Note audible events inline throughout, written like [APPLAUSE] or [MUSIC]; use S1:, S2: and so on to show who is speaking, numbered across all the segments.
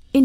S1: verscheen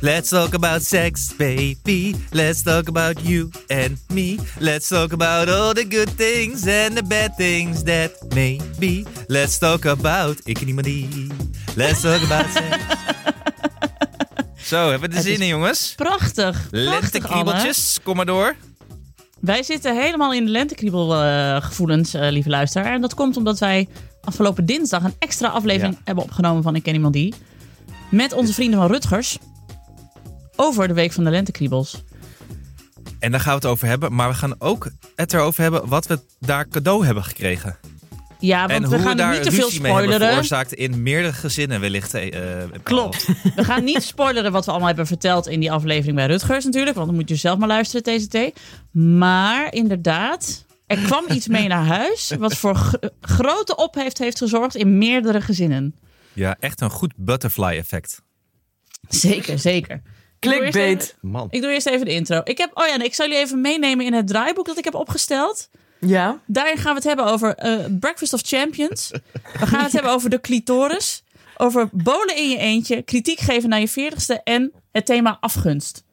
S2: Let's talk about sex, baby. Let's talk about you and me. Let's talk about all the good things and the bad things that may be. Let's talk about ik en iemand die. Let's talk about sex. [LAUGHS] Zo, hebben we de
S3: Het
S2: zin
S3: is
S2: in, jongens?
S3: Prachtig. prachtig, Anne.
S2: Lentekriebeltjes, kom maar door.
S3: Wij zitten helemaal in de lentekriebel eh, gevoelens, eh, lieve luisteraar. En dat komt omdat wij afgelopen dinsdag een extra aflevering
S2: Ja.
S3: hebben opgenomen van Ik Ken Iemand Die. Met onze vrienden van Rutgers. Over de week van de lentekriebels.
S2: En daar gaan we het over hebben. Maar we gaan ook het erover hebben wat we daar cadeau hebben gekregen.
S3: Ja, want
S2: en
S3: we
S2: hoe we
S3: gaan
S2: daar
S3: niet te veel
S2: ruzie mee hebben
S3: spoileren.
S2: veroorzaakt in meerdere gezinnen wellicht. eh, eh,
S3: Klopt. We gaan niet spoileren wat we allemaal hebben verteld in die aflevering bij Rutgers natuurlijk. Want dan moet je zelf maar luisteren, TCT. Maar inderdaad, er kwam iets mee naar huis. Wat voor gr- grote opheft heeft gezorgd in meerdere gezinnen.
S2: Ja, echt een goed butterfly effect.
S3: Zeker, zeker. Ik doe eerst
S4: Clickbait.
S3: even-
S2: Man.
S3: Ik doe eerst even de intro. Ik heb, oh ja, en ik zal jullie even meenemen in het draaiboek dat ik heb opgesteld.
S4: Ja.
S3: Daarin gaan we het hebben over eh, Breakfast of Champions. We gaan het hebben over de clitoris. Over bolen in je eentje. Kritiek geven naar je veertigste. En het thema afgunst.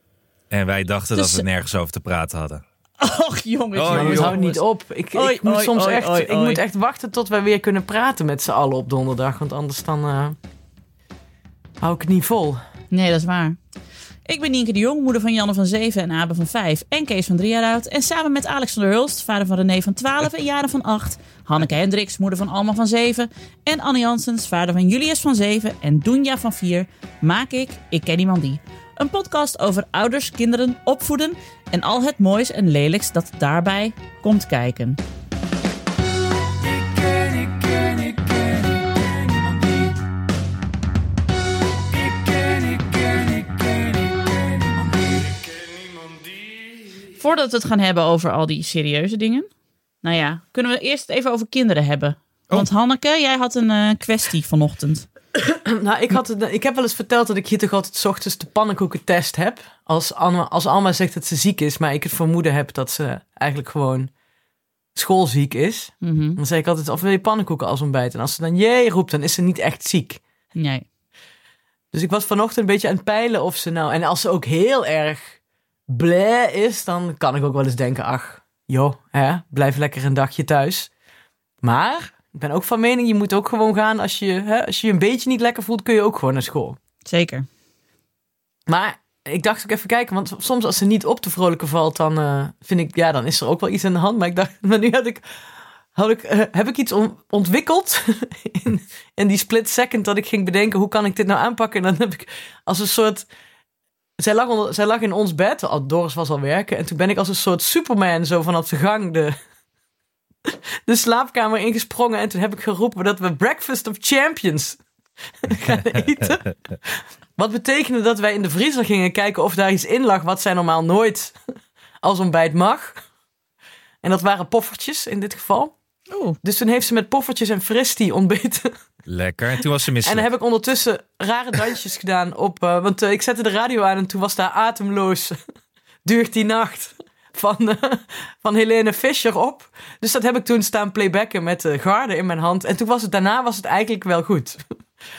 S2: En wij dachten
S3: Dus-
S2: dat we nergens over te praten hadden.
S3: Och jongens.
S2: Oh,
S3: jongens,
S4: Maar Nou, het
S2: joh.
S3: jongens.
S4: houdt niet op. Ik,
S3: Oei,
S4: ik moet
S3: oei,
S4: soms
S3: oei,
S4: echt,
S3: oei,
S4: ik
S3: oei.
S4: moet echt wachten tot we weer kunnen praten met z'n allen op donderdag. Want anders dan eh, hou ik het niet vol.
S3: Nee, dat is waar. Ik ben Nienke de Jong, moeder van Janne van 7 en Abe van 5 en Kees van 3 jaar oud. En samen met Alex van der Hulst, vader van René van 12 en Jaren van 8. Hanneke Hendricks, moeder van Alma van 7. En Anne Jansens, vader van Julius van 7 en Doenja van 4. Maak ik Ik Ken Iemand Die. Een podcast over ouders, kinderen, opvoeden en al het moois en lelijks dat daarbij komt kijken. Voordat we het gaan hebben over al die serieuze dingen. Nou ja, kunnen we eerst het even over kinderen hebben.
S4: Oh.
S3: Want Hanneke, jij had een eh, kwestie vanochtend.
S4: [CLEARS THROAT] Nou, ik, had het, ik heb wel eens verteld dat ik hier toch altijd 's ochtends de pannenkoekentest heb. Als, Anne, als Alma zegt dat ze ziek is, maar ik het vermoeden heb dat ze eigenlijk gewoon schoolziek is.
S3: Mhm.
S4: Dan zeg ik altijd, of wil je pannenkoeken als ontbijt? En als ze dan jee roept, dan is ze niet echt ziek.
S3: Nee.
S4: Dus ik was vanochtend een beetje aan het peilen of ze nou... En als ze ook heel erg bleh is, dan kan ik ook wel eens denken... Ach, joh, hè, blijf lekker een dagje thuis. Maar ik ben ook van mening, je moet ook gewoon gaan... Als je, hè, als je je een beetje niet lekker voelt, kun je ook gewoon naar school.
S3: Zeker.
S4: Maar ik dacht ook even kijken, want soms als ze niet op te vrolijke valt... dan eh, vind ik, ja, dan is er ook wel iets aan de hand. Maar ik dacht, [LAUGHS] maar nu had ik... Had ik, eh, heb ik iets on- ontwikkeld [LAUGHS] in, in die split second dat ik ging bedenken hoe kan ik dit nou aanpakken? En dan heb ik als een soort... Zij lag, onder- zij lag in ons bed, al Doris was al werken. En toen ben ik als een soort Superman zo vanaf de gang de, [LAUGHS] de slaapkamer ingesprongen. En toen heb ik geroepen dat we Breakfast of Champions [LAUGHS] gaan eten. Wat betekende dat wij in de vriezer gingen kijken of daar iets in lag wat zij normaal nooit [LAUGHS] als ontbijt mag. En dat waren poffertjes in dit geval.
S3: Oeh.
S4: Dus toen heeft ze met poffertjes en fristie ontbeten.
S2: Lekker. En toen was ze
S4: En dan
S2: misselijk.
S4: heb ik ondertussen rare dansjes [LAUGHS] gedaan op. eh, want eh, ik zette de radio aan en toen was daar ademloos. [LAUGHS] Duurt die nacht. Van, eh, van Helene Fischer op. Dus dat heb ik toen staan playbacken met de garde in mijn hand. En toen was het, daarna was het eigenlijk wel goed.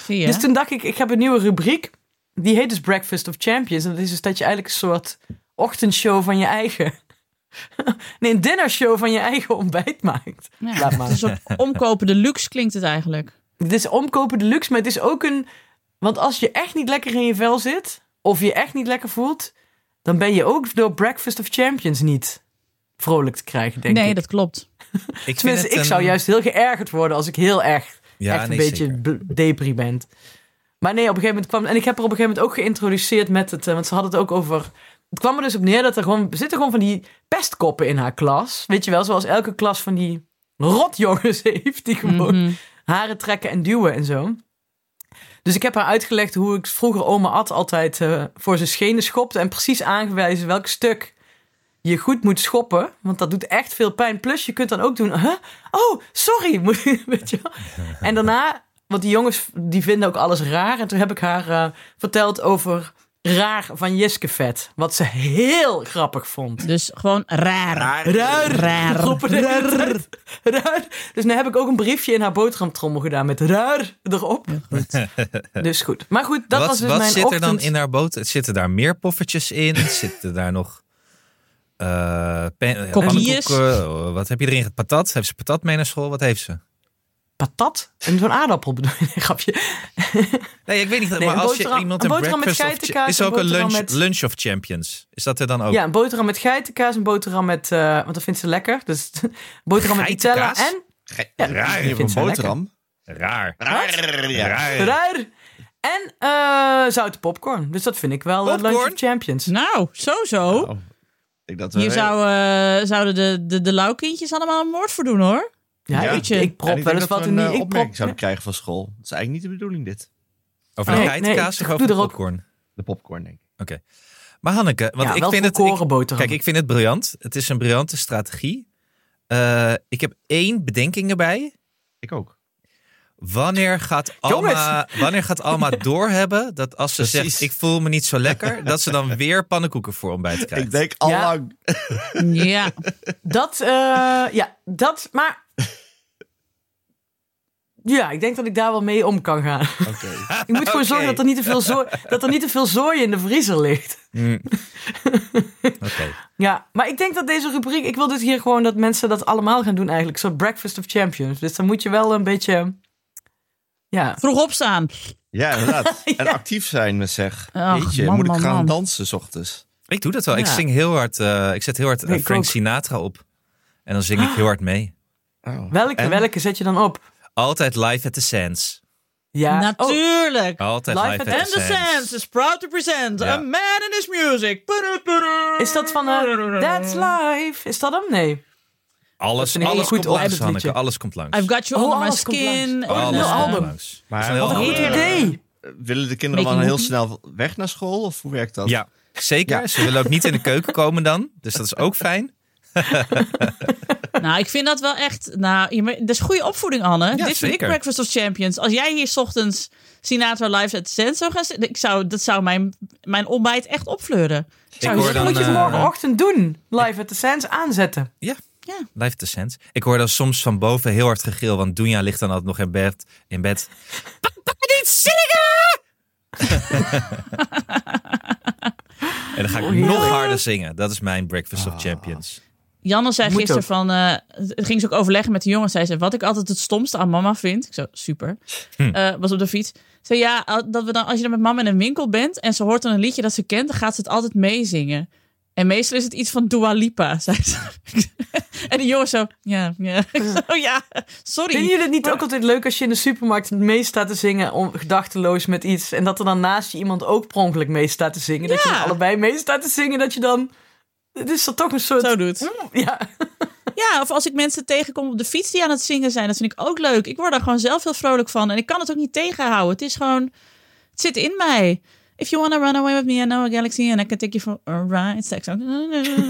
S3: Zie je?
S4: Dus toen dacht ik, ik heb een nieuwe rubriek. Die heet dus Breakfast of Champions. En dat is dus dat je eigenlijk een soort ochtendshow van je eigen... [LAUGHS] nee, een dinnershow van je eigen ontbijt maakt.
S3: Ja, Dus-
S4: Laat maar.
S3: het is een soort omkopen de luxe klinkt het eigenlijk.
S4: Dit is omkopen deluxe, maar het is ook een... Want als je echt niet lekker in je vel zit... of je echt niet lekker voelt... dan ben je ook door Breakfast of Champions niet vrolijk te krijgen, denk
S3: nee,
S4: ik.
S3: dat klopt.
S2: ik, vind
S4: Tenminste,
S2: het
S4: ik
S2: een-
S4: zou juist heel geërgerd worden... als ik heel erg
S2: Ja,
S4: echt een
S2: nee,
S4: beetje
S2: zeker.
S4: b- depri ben. Maar nee, op een gegeven moment kwam. En ik heb er op een gegeven moment ook geïntroduceerd met het. eh, Want ze hadden het ook over. Het kwam er dus op neer dat er gewoon. Er zitten gewoon van die pestkoppen in haar klas. Weet je wel, zoals elke klas van die rotjongens [LAUGHS] heeft. Die gewoon
S3: Mhm.
S4: haren trekken en duwen en zo. Dus ik heb haar uitgelegd hoe ik vroeger oma Ad altijd eh, voor zijn schenen schopte. En precies aangewezen welk stuk je goed moet schoppen. Want dat doet echt veel pijn. Plus je kunt dan ook doen, huh? oh, sorry. [LAUGHS] moet je- Weet je wel? En daarna, want die jongens die vinden ook alles raar. En toen heb ik haar eh, verteld over raar van Jiskevet. Wat ze heel grappig vond.
S3: Dus gewoon raar.
S2: Raar.
S4: Raar.
S3: Raar.
S4: Roepen de hele tijd. Raar. Dus nu heb ik ook een briefje in haar boterhamtrommel gedaan met raar erop.
S5: [LAUGHS]
S4: Dus goed. Maar goed, dat
S2: wat
S4: was dus
S2: wat
S4: mijn
S2: zit er dan
S4: ochtend.
S2: in haar boot? Zitten daar meer poffertjes in? [LAUGHS] Zitten daar nog eh pen,
S3: Kokkies.
S2: pannenkoeken? Oh, Wat heb je erin? ge- Patat? Heeft ze patat mee naar school? Wat heeft ze?
S4: Patat? En zo'n aardappel bedoel je? [LAUGHS] Nee, grapje.
S2: Nee, ik weet niet.
S4: Nee,
S2: maar
S4: een
S2: als je
S4: boterham-
S2: iemand
S4: een
S2: een,
S4: boterham met
S2: breakfast of
S4: geitenkaas,
S2: is er
S4: een
S2: ook een lunch,
S4: boterham met-
S2: lunch of champions. Is dat er dan
S5: Oh.
S2: ook?
S4: Ja, een boterham met geitenkaas, een boterham met... eh, want dat vindt ze lekker. Dus [LAUGHS] boterham met Nutella
S2: Geitenkaas?
S4: en...
S2: Ge-
S4: Ja,
S2: raar,
S4: ik
S5: Even
S4: vind
S5: een
S4: ze lekker.
S5: boterham.
S2: raar,
S5: Raar, ja.
S2: raar.
S4: Raar. En eh zouten popcorn. Dus dat vind ik wel eh, Lunch
S2: Popcorn?
S4: of Champions.
S3: Nou, zo zo.
S5: Oh. Ik dacht,
S3: Hier
S5: eh,
S3: zou, eh, zouden de, de, de lauwkindjes allemaal een moord voor doen
S4: [LAUGHS]
S3: hoor.
S4: Ja,
S5: Ja.
S4: Ik, ik
S5: en
S4: prop
S5: ik
S4: wel
S5: denk
S4: eens
S5: dat we
S4: wat
S5: een
S4: in die...
S5: eh,
S4: Ik prop,
S5: opmerking zouden krijgen van school. Dat is eigenlijk niet de bedoeling dit.
S2: Over de
S4: Nee,
S2: geitenkaas
S4: nee,
S2: of
S4: ik doe
S2: over de
S4: er ook-
S2: popcorn?
S5: De popcorn, denk ik.
S2: Maar Hanneke, want
S4: ja,
S2: ik
S4: wel
S2: vind het... ik-
S4: volkoren boterham.
S2: kijk, ik vind het briljant. Het is een briljante strategie. Eh, ik heb één bedenking erbij.
S5: Ik ook.
S2: Wanneer gaat Alma, wanneer gaat Alma doorhebben dat als ze
S5: Precies.
S2: zegt ik voel me niet zo lekker, dat ze dan weer pannenkoeken voor ontbijt krijgt?
S5: Ik denk al
S4: Ja.
S5: lang.
S3: Ja.
S4: Dat, eh, ja, dat, maar. Ja, ik denk dat ik daar wel mee om kan gaan.
S5: Oké.
S4: Ik moet gewoon zorgen dat er niet te veel zooi, dat er niet te veel zooi in de vriezer ligt.
S2: Mm. Oké.
S4: Ja, maar ik denk dat deze rubriek, ik wil dit hier gewoon dat mensen dat allemaal gaan doen eigenlijk. Zo'n Breakfast of Champions. Dus dan moet je wel een beetje, ja.
S3: Vroeg opstaan.
S5: Ja, inderdaad. En actief zijn, me zeg.
S3: Ach,
S5: Jeetje,
S3: man,
S5: moet ik
S3: man,
S5: gaan
S3: man.
S5: dansen s ochtends?
S2: Ik doe dat wel. Ik
S4: Ja.
S2: zing heel hard. eh, ik zet heel hard eh,
S4: Ik ook.
S2: Frank Sinatra op. En dan zing ik heel hard mee.
S5: Oh.
S4: Welke,
S5: En-
S4: welke zet je dan op?
S2: Altijd live at the Sands.
S4: Ja, oh,
S3: Natuurlijk.
S2: Altijd
S4: Live
S2: live,
S4: at
S2: at,
S3: And
S2: the
S3: the Sands
S2: Sands.
S3: is proud to present
S2: Ja.
S3: a man in his music.
S4: is dat van, eh, That's Life? Is dat hem? Nee.
S2: Alles,
S4: vind ik
S2: alles
S4: goed
S2: komt
S4: op.
S2: langs,
S4: Liedje.
S2: Hanneke. Alles komt langs.
S3: I've got you
S4: Oh,
S3: under my
S4: alles komt
S3: skin. Nou,
S4: langs.
S2: Oh, alles
S4: een
S2: komt
S4: album.
S2: langs.
S5: Maar
S2: Dat is een
S5: wat
S2: heel
S5: een
S4: Goed
S5: Eh,
S2: album.
S4: idee.
S5: Willen de kinderen dan
S3: Making
S5: heel snel weg naar school? Of hoe werkt dat?
S2: Ja, zeker.
S5: Ja.
S2: Ze willen ook niet
S3: [LAUGHS]
S2: in de keuken komen dan. Dus dat is ook fijn.
S3: Nou, ik vind dat wel echt. Nou, je- maar dat is goede opvoeding, Anne. Dit vind ik
S2: zeker.
S3: Breakfast of Champions. Als jij hier 's ochtends Sinatra Live at the Sands zou gaan zitten, ik zou, dat zou mijn, mijn ontbijt echt opfleuren.
S2: Ik
S4: Nou, dat moet je
S2: eh,
S4: morgenochtend doen. Live at the Sands aanzetten.
S2: Live at the Sands. Ik hoor dan soms van boven heel hard gegil. Want Doenja ligt dan altijd nog in bed. In bed. Papa, niet zingen! en dan ga ik
S4: Oh, ja.
S2: nog harder zingen. Dat is mijn Breakfast of
S5: Ah.
S2: Champions.
S3: Janne zei
S4: Moet
S3: gisteren
S4: ook.
S3: van, eh, het ging ze ook overleggen met de jongens. Zij zei, wat ik altijd het stomste aan mama vind. Ik zo, super.
S4: Hm.
S3: Eh, was op de fiets. Ze zei, ja, al- dat we dan, als je dan met mama in een winkel bent en ze hoort dan een liedje dat ze kent, dan gaat ze het altijd meezingen. En meestal is het iets van Dua Lipa, [LAUGHS] zei ze. en de jongens zo, ja, ja. Ik zo, ja, sorry.
S4: Vinden jullie het niet ook altijd leuk als je in de supermarkt mee staat te zingen om, gedachteloos met iets en dat er dan naast je iemand ook per ongeluk mee staat te zingen? Dat je
S3: Ja.
S4: dan allebei mee staat te zingen, dat je dan... Het is dan toch een soort... Hm,
S3: Zo doet.
S4: Ja,
S3: Ja, of als ik mensen tegenkom op de fiets die aan het zingen zijn, dat vind ik ook leuk. Ik word daar gewoon zelf heel vrolijk van en ik kan het ook niet tegenhouden. Het is gewoon, het zit in mij. If you wanna run away with me, I know a galaxy and I can take you for a ride. Zeg ik zo.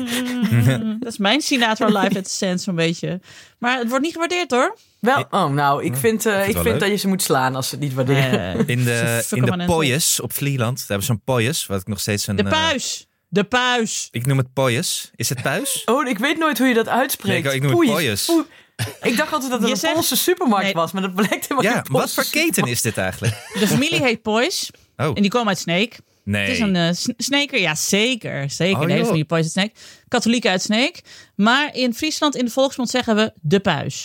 S3: [LAUGHS] Dat is mijn Sinatra Live at the Sands zo'n beetje. Maar het wordt niet gewaardeerd hoor.
S4: wel... Oh, nou, ik vind, eh,
S2: vind het
S4: ik
S2: wel
S4: vind
S2: leuk.
S4: dat je ze moet slaan als ze het niet waarderen.
S2: In de,
S3: Fuck
S2: in
S3: hem aan
S2: de
S3: het
S2: Poyes op Vlieland. Daar hebben ze een Poyes. Wat ik nog steeds een...
S3: De
S2: eh,
S3: puis. De puis.
S2: ik noem het Poyes. Is het puis?
S3: [LAUGHS]
S4: Oh, ik weet nooit hoe je dat uitspreekt.
S2: Nee, ik- ik noem het
S4: Poeies.
S2: pooiers.
S4: Poe- Ik dacht altijd dat het
S3: Je
S4: een
S3: zegt-
S4: Poolse supermarkt
S3: Nee.
S4: was, maar dat blijkt
S3: Oh
S4: helemaal
S2: Ja,
S4: geen Poolse
S2: wat voor keten is dit
S3: [LAUGHS]
S2: eigenlijk?
S3: De familie heet Poys.
S2: Oh,
S3: En die komen uit Sneek.
S2: nee.
S3: Het is een eh, sn- sneker, ja zeker. Zeker,
S2: Oh,
S3: nee, dat is
S2: joh.
S3: niet poison snake. Katholieken uit Sneek. Maar in Friesland, in de volksmond zeggen we de puis.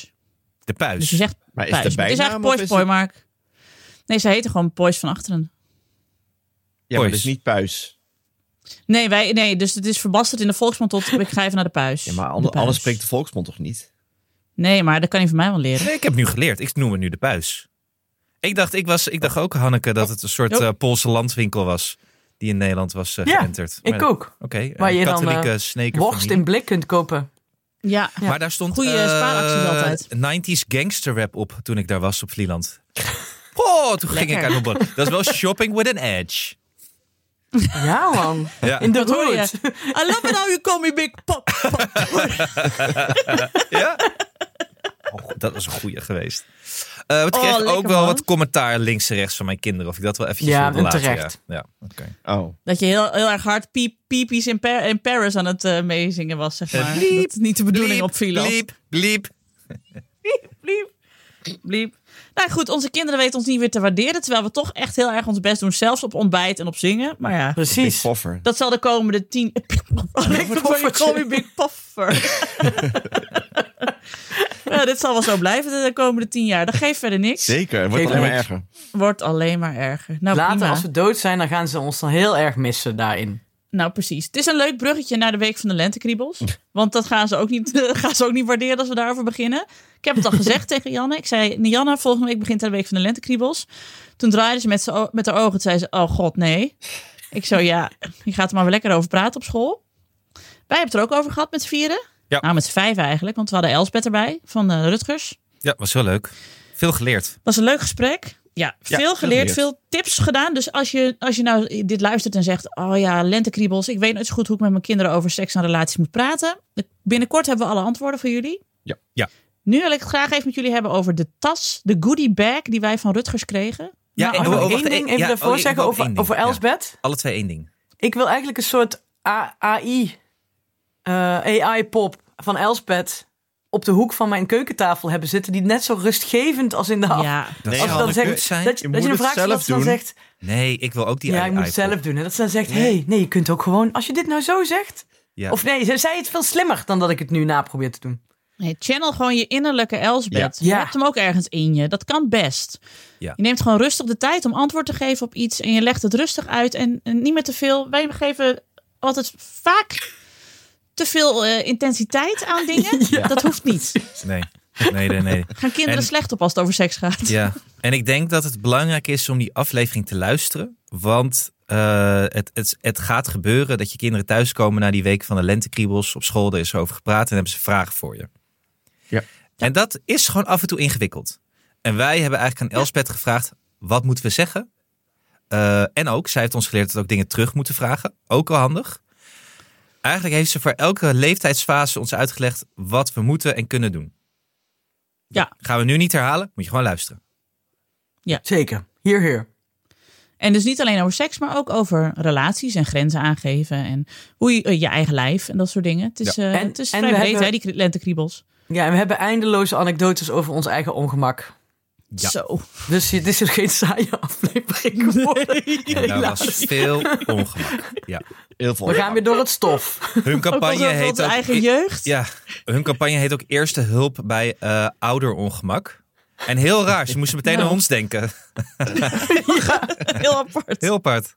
S2: De
S3: Dus
S2: puis.
S3: je zegt
S5: Maar is
S3: puis.
S5: het de
S3: Het is
S5: bijnaam
S3: eigenlijk
S5: of
S3: pois
S5: is
S3: poi,
S5: het...
S3: Mark. Nee, ze heten gewoon pois van achteren.
S5: Ja, maar
S2: Puis.
S5: dus niet puis.
S3: Nee, wij, nee, dus het is verbasterd in de volksmond tot ik ga even naar de puis.
S5: Ja, maar
S3: De
S5: ander-
S3: puis.
S5: anders spreekt de volksmond toch niet?
S3: Nee, maar dat kan je van mij wel leren.
S2: Nee, ik heb nu geleerd. Ik noem het nu de puis. Ik dacht, ik, was, ik dacht ook, Hanneke, dat het een soort
S3: Oh.
S2: eh, Poolse landwinkel was. Die in Nederland was eh,
S4: Ja,
S2: geënterd.
S4: Ik
S2: Maar-
S4: ook.
S2: Oké, een
S4: Waar je dan,
S2: katholieke
S4: eh,
S2: snekerfamilie.
S4: Worst in blik kunt kopen.
S3: Ja,
S4: Ja.
S2: Maar daar stond
S3: Goeie spaaracties altijd.
S2: 90s gangster rap op toen ik daar was op Vlieland. Oh, toen ging ik uit mijn bord. Dat is wel shopping with an edge.
S4: Ja, man.
S2: Ja.
S4: In de
S3: dat hoor je.
S4: hood. [LAUGHS]
S3: I love it how you call me big pop.
S2: Ja? Oh, goed, dat was een goeie geweest. Eh het
S3: Oh,
S2: kreeg
S3: lekker,
S2: ook wel
S3: man.
S2: wat commentaar links en rechts van mijn kinderen. Of ik dat wel eventjes
S4: Ja,
S2: wilde
S4: en
S2: laten.
S4: terecht.
S2: Ja, ja oké.
S5: Oh.
S3: Dat je heel, heel erg hard piep, piepies in, Pa- in Paris aan het eh, meezingen was, zeg maar.
S2: bliep,
S3: dat is niet de bedoeling
S2: Bliep,
S3: op Vlieland.
S2: bliep, bliep.
S3: bliep, bliep. Nou goed, onze kinderen weten ons niet weer te waarderen. Terwijl we toch echt heel erg ons best doen. Zelfs op ontbijt en op zingen. Maar ja,
S5: Big
S4: Precies.
S5: Poffer.
S3: dat zal de komende tien... [LAUGHS] Oh, Big Puffer, call me Big
S4: [LAUGHS]
S3: Puffer. ja, dit zal wel zo blijven de komende tien jaar. Dat geeft verder niks.
S5: Zeker, het wordt
S4: Zeker
S5: alleen maar
S4: niks.
S5: erger.
S3: Wordt alleen maar erger. Nou,
S4: Later,
S3: prima.
S4: als we dood zijn, dan gaan ze ons dan heel erg missen daarin.
S3: Nou, precies. Het is een leuk bruggetje naar de week van de lentekriebels. Want dat gaan ze ook niet, [LAUGHS] gaan ze ook niet waarderen als we daarover beginnen. Ik heb het al gezegd tegen Janne. Ik zei, Janne, volgende week begint de week van de lentekriebels. Toen draaide ze met, z'n o- met haar ogen. Toen zei ze, oh god, nee. Ik zo, ja, je gaat er maar weer lekker over praten op school. Wij hebben het er ook over gehad met z'n vieren.
S2: Ja.
S3: Nou, met z'n vijf eigenlijk. Want we hadden Elsbeth erbij van eh, Rutgers.
S2: Ja, was wel leuk. Veel geleerd.
S3: Was een leuk gesprek. Ja,
S5: Ja,
S3: veel geleerd,
S5: geleerd.
S3: veel tips gedaan. Dus als je, als je nou dit luistert en zegt: Oh ja, lentekriebels, ik weet nooit zo goed hoe ik met mijn kinderen over seks en relaties moet praten. Binnenkort hebben we alle antwoorden voor jullie.
S5: Ja.
S2: Ja.
S3: Nu wil ik het graag even met jullie hebben over de tas, de goodie bag die wij van Rutgers kregen.
S2: Ja,
S3: Nou,
S2: en-
S4: Mag ik
S2: oh,
S4: nog
S2: wacht,
S4: één
S2: eh,
S4: ding even
S2: ja,
S4: daarvoor
S2: oh, ik
S4: zeggen
S2: wil
S4: over,
S2: één ding,
S4: over
S2: ja.
S4: Elsbeth?
S2: Alle twee één ding.
S4: Ik wil eigenlijk een soort A- AI, eh, AI-pop van Elsbeth op de hoek van mijn keukentafel hebben zitten. Die net zo rustgevend als in de af.
S3: ja.
S2: Dat
S5: Nee,
S2: zou
S4: als
S5: Hanneke,
S2: wel
S4: zegt-
S2: goed zijn.
S4: Dat je,
S5: Je
S4: dat je
S5: moet
S4: een
S5: het
S4: vraag stelt
S5: zelf
S4: dat ze dan
S5: doen.
S4: zegt,
S2: Nee, ik wil ook die
S4: ja,
S2: ei-
S4: ik moet het
S2: iPod.
S4: zelf doen. En dat ze dan zegt,
S5: Nee.
S4: hey, nee, je kunt ook gewoon, als je dit nou zo zegt.
S2: Ja.
S4: Of nee, ze zei het veel slimmer dan dat ik het nu na probeer te doen.
S3: Nee, channel gewoon je innerlijke Elsbeth. Je
S4: Ja.
S3: hebt hem ook ergens in je. Dat kan best.
S2: Ja.
S3: Je neemt gewoon rustig de tijd om antwoord te geven op iets. En je legt het rustig uit. En, en niet meer te veel. Wij geven altijd vaak te veel eh, intensiteit
S2: [LAUGHS]
S3: aan dingen. Dat hoeft niet.
S2: Nee, nee, nee.
S4: [LAUGHS]
S2: nee.
S3: Gaan kinderen
S2: En-
S3: slecht op als het over seks gaat.
S2: [LAUGHS] Ja, en ik denk dat het belangrijk is om die aflevering te luisteren. Want eh, het, het, het gaat gebeuren dat je kinderen thuiskomen na die week van de lentekriebels. Op school, daar is er over gepraat en hebben ze vragen voor je.
S5: Ja.
S2: En dat is gewoon af en toe ingewikkeld. En wij hebben eigenlijk aan Elspeth gevraagd, wat moeten we zeggen? Eh, en ook, zij heeft ons geleerd dat we ook dingen terug moeten vragen. Ook wel handig. Eigenlijk heeft ze voor elke leeftijdsfase ons uitgelegd wat we moeten en kunnen doen.
S3: Ja.
S2: Gaan we nu niet herhalen, moet je gewoon luisteren.
S4: Zeker. Hier, hier.
S3: En dus niet alleen over seks, maar ook over relaties en grenzen aangeven. En hoe je eh, je eigen lijf en dat soort dingen. Het is, eh,
S4: En-
S3: het is
S4: en
S3: vrij
S4: we
S3: breed,
S4: hebben-
S3: hè, die kri- lentekriebels.
S4: Ja, en we hebben eindeloze anekdotes over ons eigen ongemak.
S2: Ja.
S3: Zo.
S4: Dus dit is er geen saaie [LAUGHS] aflevering geworden.
S2: En daar
S3: [LAUGHS]
S2: was
S4: Helaas.
S2: veel ongemak. Ja.
S5: Heel veel.
S4: We gaan weer door het stof.
S2: Hun
S3: Ook
S2: campagne
S3: onze,
S2: heet
S3: onze
S2: ook,
S3: eigen jeugd.
S2: ja, hun campagne heet ook Eerste Hulp bij eh ouderongemak. En heel raar, ze moesten meteen
S3: Nou.
S2: aan ons
S3: [LAUGHS]
S2: denken.
S3: Heel apart.
S2: Heel apart.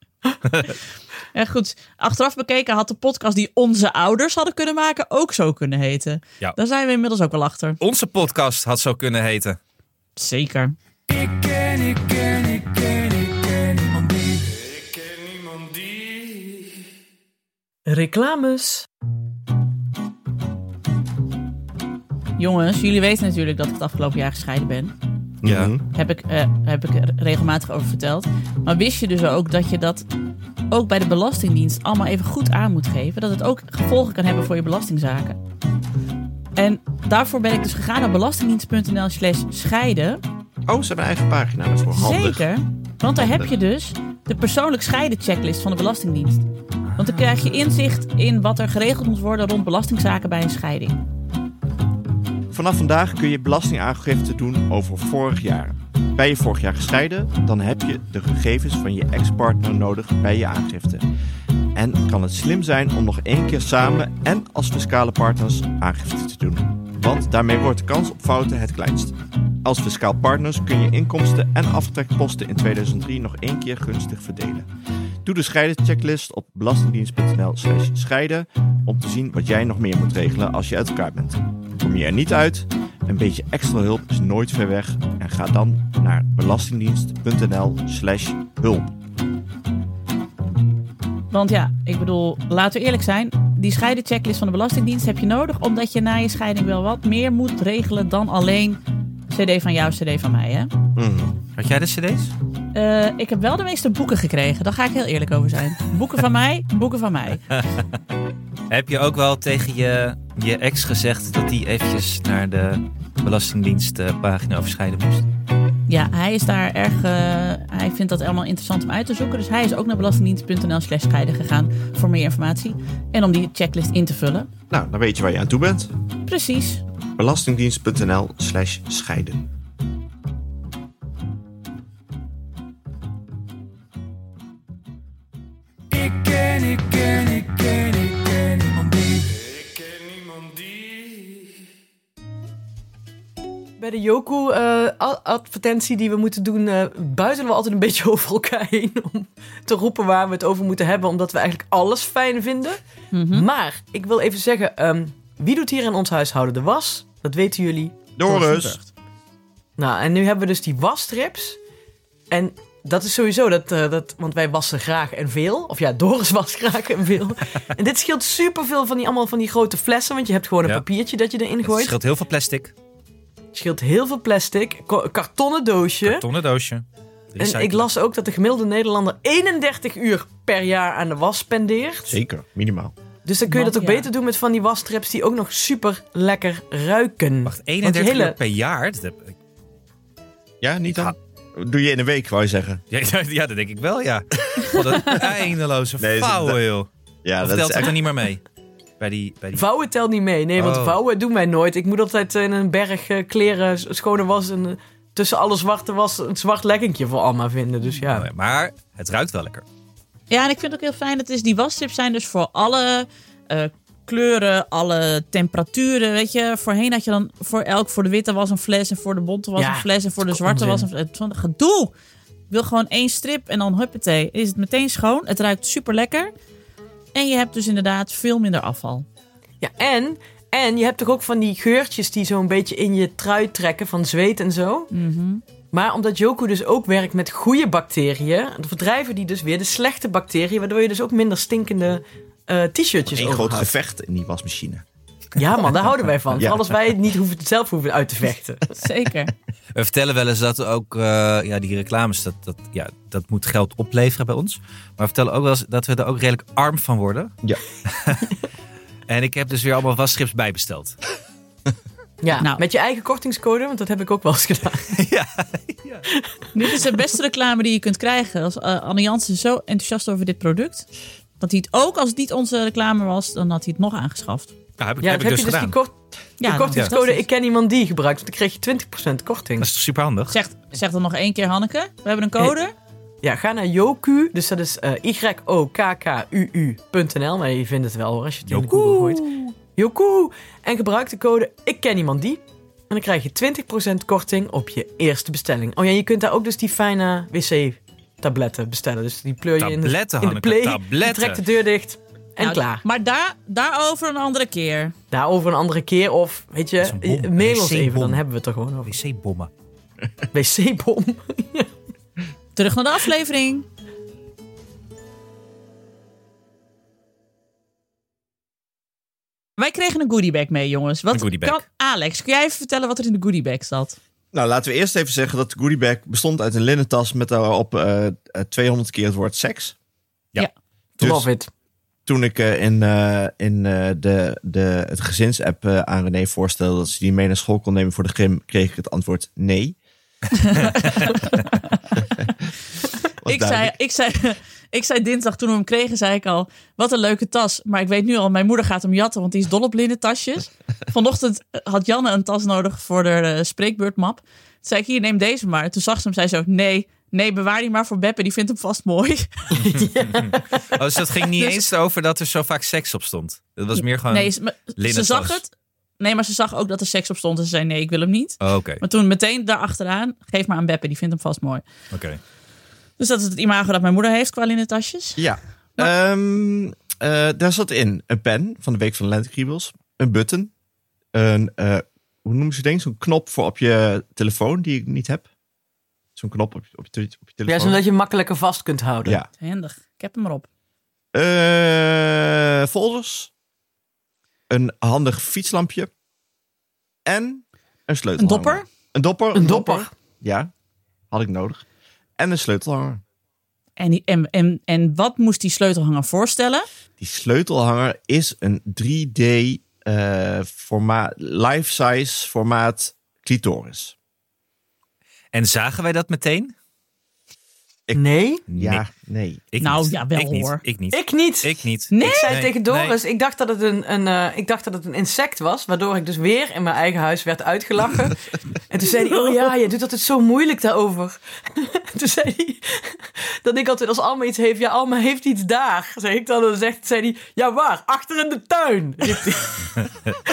S3: En goed, achteraf bekeken had de podcast die onze ouders hadden kunnen maken ook zo kunnen heten.
S2: Ja.
S3: Daar zijn we inmiddels ook wel achter.
S2: Onze podcast had zo kunnen heten.
S3: Zeker.
S4: Reclames.
S3: Jongens, jullie weten natuurlijk dat ik het afgelopen jaar gescheiden ben.
S2: Ja.
S3: Heb ik, eh, heb ik er regelmatig over verteld. Maar wist je dus ook dat je dat ook bij de Belastingdienst allemaal even goed aan moet geven? Dat het ook gevolgen kan hebben voor je belastingzaken. En daarvoor ben ik dus gegaan naar belastingdienst.nl slash scheiden.
S5: Oh, ze hebben een eigen pagina daarvoor. Handig.
S3: Zeker, want daar heb
S5: Handig.
S3: je dus de persoonlijk scheiden checklist van de Belastingdienst. Want dan krijg je inzicht in wat er geregeld moet worden rond belastingzaken bij een scheiding.
S5: Vanaf vandaag kun je belastingaangifte doen over vorig jaar. Ben je vorig jaar gescheiden, dan heb je de gegevens van je ex-partner nodig bij je aangifte. En kan het slim zijn om nog één keer samen en als fiscale partners aangifte te doen. Want daarmee wordt de kans op fouten het kleinst. Als fiscaal partners kun je inkomsten en aftrekposten in 2003 nog één keer gunstig verdelen. Doe de scheiden checklist op belastingdienst.nl slash scheiden om te zien wat jij nog meer moet regelen als je uit elkaar bent. Kom je er niet uit? Een beetje extra hulp is nooit ver weg en ga dan naar belastingdienst.nl/slash hulp.
S3: Want ja, ik bedoel, laten we eerlijk zijn. Die scheidenchecklist van de Belastingdienst heb je nodig. Omdat je na je scheiding wel wat meer moet regelen dan alleen CD van jou, CD van mij. Hè?
S2: Had jij de cd's?
S3: Eh, ik heb wel de meeste boeken gekregen. Daar ga ik heel eerlijk over zijn. Boeken van mij, boeken van mij.
S2: Heb je ook wel tegen je, je ex gezegd dat die eventjes naar de Belastingdienst eh, pagina overschrijden moest?
S3: Ja, hij is daar erg. eh, hij vindt dat allemaal interessant om uit te zoeken. Dus hij is ook naar belastingdienst.nl/slash scheiden gegaan voor meer informatie. En om die checklist in te vullen.
S5: Nou, dan weet je waar je aan toe bent.
S3: Precies.
S5: Belastingdienst.nl/slash scheiden.
S6: Ik ken, ik ken, ik ken, ik ken niemand die. Ik ken niemand die.
S4: Bij de Yoku-advertentie die we moeten doen, eh, buiten we altijd een beetje [LAUGHS] over elkaar heen. Om te roepen waar we het over moeten hebben, omdat we eigenlijk alles fijn vinden. Maar ik wil even zeggen: ehm, wie doet hier in ons huishouden de was? Dat weten jullie.
S5: Doris.
S4: Nou, en nu hebben we dus die wasstrips. En dat is sowieso dat, eh, dat. Want wij wassen graag en veel. Of ja, [LAUGHS] Doris was graag en veel. en dit scheelt superveel van die, allemaal van die grote flessen. Want je hebt gewoon een
S2: Ja.
S4: papiertje dat je erin
S2: Het
S4: gooit.
S2: scheelt heel veel plastic.
S4: scheelt heel veel plastic. Ko- kartonnen doosje.
S2: Kartonnen doosje.
S4: En ik
S2: Recyclen.
S4: las ook dat de gemiddelde Nederlander 31 uur per jaar aan de was spendeert.
S5: Zeker, minimaal.
S4: Dus dan kun je dat
S3: Man,
S4: ook
S3: ja.
S4: beter doen met van die wasstrips die ook nog super lekker ruiken.
S2: Wacht,
S4: Want die
S2: 31 uur per jaar? Dat heb ik-
S5: Ja, niet dan? Doe je in een week, wou je zeggen.
S2: ja, [LAUGHS] ja, ja, dat denk ik wel, ja. Wat [LAUGHS] een eindeloze
S5: Nee, is het-
S2: vouwen, joh.
S5: Ja,
S2: Of
S5: dat
S2: telt
S5: is
S2: dat er
S5: echt...
S2: niet meer mee? Bij die, bij die...
S4: Vouwen telt niet mee. Nee, want
S2: Oh.
S4: vouwen doen wij nooit. Ik moet altijd eh, in een berg eh, kleren, s- schone was en eh, tussen alle zwarte was een zwart lekkinkje voor Alma vinden. Dus ja.
S2: Oh ja, [LAUGHS] Maar het ruikt wel lekker.
S3: Ja, en ik vind het ook heel fijn. Het is, die wasstrips zijn dus voor alle eh, kleuren, alle temperaturen. Weet je, voorheen had je dan voor elk, voor de witte was een fles en voor de bonte was
S4: Ja,
S3: een fles en voor de
S4: dat is
S3: zwarte was een fles.
S4: onzin.
S3: Het is Van gedoe! Ik wil gewoon één strip en dan huppatee. Is het meteen schoon. Het ruikt super lekker. En je hebt dus inderdaad veel minder afval.
S4: ja en, en je hebt toch ook van die geurtjes die zo'n beetje in je trui trekken van zweet en zo. Maar omdat Yoku dus ook werkt met goede bacteriën, dan verdrijven die dus weer de slechte bacteriën, waardoor je dus ook minder stinkende eh, t-shirtjes
S5: Eén groot
S4: overhoudt.
S5: gevecht in die wasmachine.
S4: Ja man, daar houden wij van.
S5: [LAUGHS] Ja.
S4: Vooral als wij het niet hoeven, zelf hoeven uit te vechten.
S3: Zeker.
S2: We vertellen wel eens dat ook eh, ja, die reclames, dat, dat, ja, dat moet geld opleveren bij ons. Maar we vertellen ook wel eens dat we er ook redelijk arm van worden.
S5: Ja.
S2: en ik heb dus weer allemaal wasstrips bijbesteld.
S4: Ja,
S3: Nou.
S4: met je eigen kortingscode, want dat heb ik ook wel eens gedaan.
S2: ja.
S3: Dit is de beste reclame die je kunt krijgen. Als eh, Anne Jansen is zo enthousiast over dit product. Dat hij het ook, als het niet onze reclame was, dan had hij het nog aangeschaft.
S2: Nou, heb ik, heb
S4: Ja, dan
S2: ik
S4: heb
S2: dus
S4: je dus
S2: gedaan.
S4: die, kort,
S3: Ja,
S4: de
S3: nou,
S4: kortingscode
S3: fantastisch.
S4: Ik ken iemand die gebruikt. Want dan kreeg je 20%
S2: Dat
S4: korting.
S2: is toch super handig?
S3: Zeg, zeg dan nog één keer, Hanneke. We hebben een code.
S4: Ja, ga naar Yoku. Dus dat is eh Y-O-K-K-U-U.nl. Maar je vindt het wel hoor, als je het in de
S2: Yoku.
S4: Google gooit. Yoku! En gebruik de code Ik ken iemand die. En dan krijg je 20% korting op je eerste bestelling. Oh ja, je kunt daar ook dus die fijne wc-tabletten bestellen. Dus die pleur je
S2: Tabletten,
S4: in de, in de
S2: Hanneke,
S4: play.
S2: tabletten.
S4: Je trekt de deur dicht. En
S3: Nou,
S4: klaar.
S3: Maar daar, daarover een andere keer.
S4: Daarover een andere keer. Of weet je,
S2: een bom.
S4: mail ons even.
S2: Wc-bom.
S4: Dan hebben we het er gewoon over.
S2: Wc-bommen.
S4: Wc-bom.
S3: Terug naar de aflevering. Wij kregen een goodiebag mee, jongens. Wat
S2: Een goodiebag.
S3: Kan, Alex, kun jij even vertellen wat er in de goodiebag zat?
S5: Nou, laten we eerst even zeggen dat de goodiebag bestond uit een linnen tas met daarop eh, eh, 200 keer het woord seks.
S2: Ja.
S3: Ja.
S5: Dus
S4: Love it.
S5: toen ik eh, in, eh, in eh, de, de, het gezinsapp eh, aan René voorstelde dat ze die mee naar school kon nemen voor de gym, kreeg ik het antwoord nee. [LAUGHS] Was
S3: Ik zei,
S5: duidelijk.
S3: ik, zei, [LAUGHS] ik zei dinsdag toen we hem kregen, zei ik al, wat een leuke tas. Maar ik weet nu al, mijn moeder gaat hem jatten, want die is dol op linnen
S2: [LAUGHS]
S3: tasjes. Vanochtend eh, had Janne een tas nodig voor de eh, spreekbeurtmap. Toen zei ik, hier, neem deze maar. Toen zag ze hem, zei zo, nee, nee, bewaar die maar voor Beppe, die vindt hem vast mooi.
S2: Oh, dus dat ging niet
S3: Dus-
S2: eens over dat er zo vaak seks op stond. Dat was meer gewoon...
S3: Nee, ze, maar ze
S2: linnen
S3: zag
S2: tas.
S3: het. Nee, maar ze zag ook dat er seks op stond en ze zei, nee, ik wil hem niet.
S2: Oh, Oké,
S3: Maar toen meteen daarachteraan, geef maar aan Beppe, die vindt hem vast mooi.
S2: oké.
S3: Dus dat is het imago dat mijn moeder heeft qua linnen tasjes.
S5: Ja.
S4: Nou.
S5: Ehm, eh, daar zat in een pen van de Week van de Lentekriebels, een button, een eh hoe noem ze denk zo'n knop voor op je telefoon die ik niet heb? Zo'n knop op, je- op, je, op
S4: Ja,
S5: je telefoon.
S4: zodat je hem makkelijker vast kunt houden.
S5: Ja.
S3: Handig. Ik heb hem erop.
S5: Eh, folders. Een handig fietslampje. En een sleutel.
S3: Een dopper?
S5: Een dopper.
S4: Een dopper.
S5: Ja, had ik nodig. En een sleutelhanger.
S3: En, die- en, en, en wat moest die sleutelhanger voorstellen?
S5: Die sleutelhanger is een 3D eh, formaat, life-size formaat clitoris.
S2: En zagen wij dat meteen?
S4: Nee,
S5: Ja, nee.
S2: Ik
S3: Nou,
S2: niet.
S3: ja, wel,
S2: ik niet.
S3: hoor.
S2: Ik niet.
S4: ik niet.
S2: Ik niet.
S3: Nee?
S4: Ik zei
S2: Nee,
S4: tegen Doris, ik, dacht dat het een, een, eh, ik dacht dat het een insect was, waardoor ik dus weer in mijn eigen huis werd
S2: [LAUGHS]
S4: uitgelachen. en toen zei hij, oh ja, je doet altijd zo moeilijk daarover. [LAUGHS] toen zei hij, dat ik altijd als Alma iets heeft, ja Alma heeft iets daar. Zei ik dan, dan zegt, zei hij, ja waar, achter in de tuin. riep hij.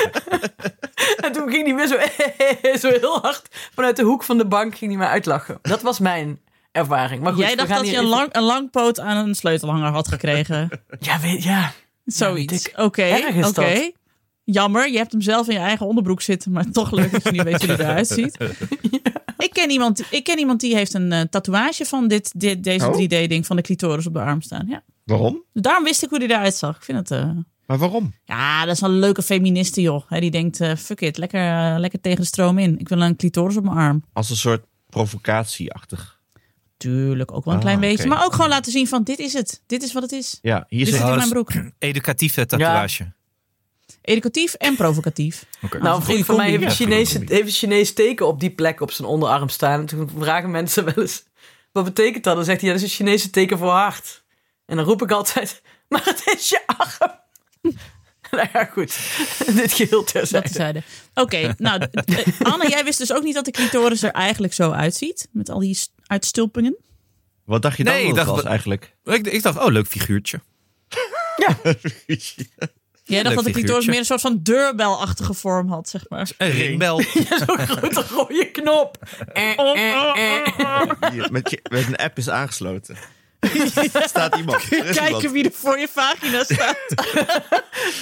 S4: [LAUGHS] en toen ging hij weer zo, zo [LAUGHS] heel hard vanuit de hoek van de bank ging hij mij uitlachen. Dat was mijn ervaring. Maar goed,
S3: Jij
S4: we
S3: dacht
S4: gaan
S3: dat
S4: hier
S3: je een
S4: even-
S3: lang, een lang poot aan een sleutelhanger had gekregen.
S4: [LAUGHS] Ja, weet, ja.
S3: Zoiets.
S4: dik.
S3: Oké.
S4: Erg is
S3: oké.
S4: dat.
S3: Jammer, je hebt hem zelf in je eigen onderbroek zitten, maar toch leuk dat je nu weet hoe hij eruit
S4: [LAUGHS]
S3: ziet. Ik, ken iemand, ik ken iemand die heeft een eh, tatoeage van dit, dit, deze
S5: Oh.
S3: 3D-ding van de clitoris op de arm staan. Ja.
S5: Waarom?
S3: Dus daarom wist ik hoe hij eruit zag. Ik vind het. eh,
S5: Maar waarom?
S3: Ja, dat is wel een leuke feministe, joh. Hè, die denkt: eh, fuck it, lekker, eh, lekker tegen de stroom in. Ik wil een clitoris op mijn arm.
S5: Als een soort provocatieachtig.
S3: Tuurlijk, ook wel een
S5: Ah,
S3: klein beetje.
S5: oké.
S3: Maar ook gewoon laten zien: van dit is het. Dit is wat het is.
S5: Ja, hier
S3: Dit
S5: zit
S3: zit in
S2: alles.
S3: mijn broek.
S2: Educatieve tatoeage.
S3: Educatief en provocatief.
S2: [LAUGHS] Oké.
S3: Nou,
S4: Nou, een vriend van mij heeft een,
S2: Ja, goede
S4: Chinese,
S2: combi.
S4: heeft een Chinees teken op die plek op zijn onderarm staan. En toen vragen mensen wel eens, wat betekent dat? Dan zegt hij, ja, dat is een Chinese teken voor hart. En dan roep ik altijd, [LAUGHS] maar het is je arm. [LAUGHS] nou ja, goed. [LAUGHS] Dit geheel
S3: Dat
S4: terzijde.
S3: is zijde. Oké, nou, eh, Anne, jij wist dus ook niet dat de clitoris er eigenlijk zo uitziet. Met al die s- uitstulpingen.
S5: Wat dacht je dan
S2: Nee,
S5: nee,
S2: ik dacht
S5: was
S2: dat-
S5: eigenlijk?
S2: Ik, ik dacht, oh, leuk figuurtje.
S3: Jij dacht dat
S2: Leuk
S3: de clitoris
S2: figuurtje.
S3: meer een soort van deurbelachtige vorm had, zeg maar.
S2: Een
S3: [LAUGHS]
S2: ringbel.
S4: Zo'n grote rode knop. Eh, eh, eh.
S5: Hier, met, je- met een app is aangesloten. Er staat iemand. Er is
S3: Kijken
S5: iemand.
S3: wie er voor je vagina
S2: [LAUGHS]
S3: staat.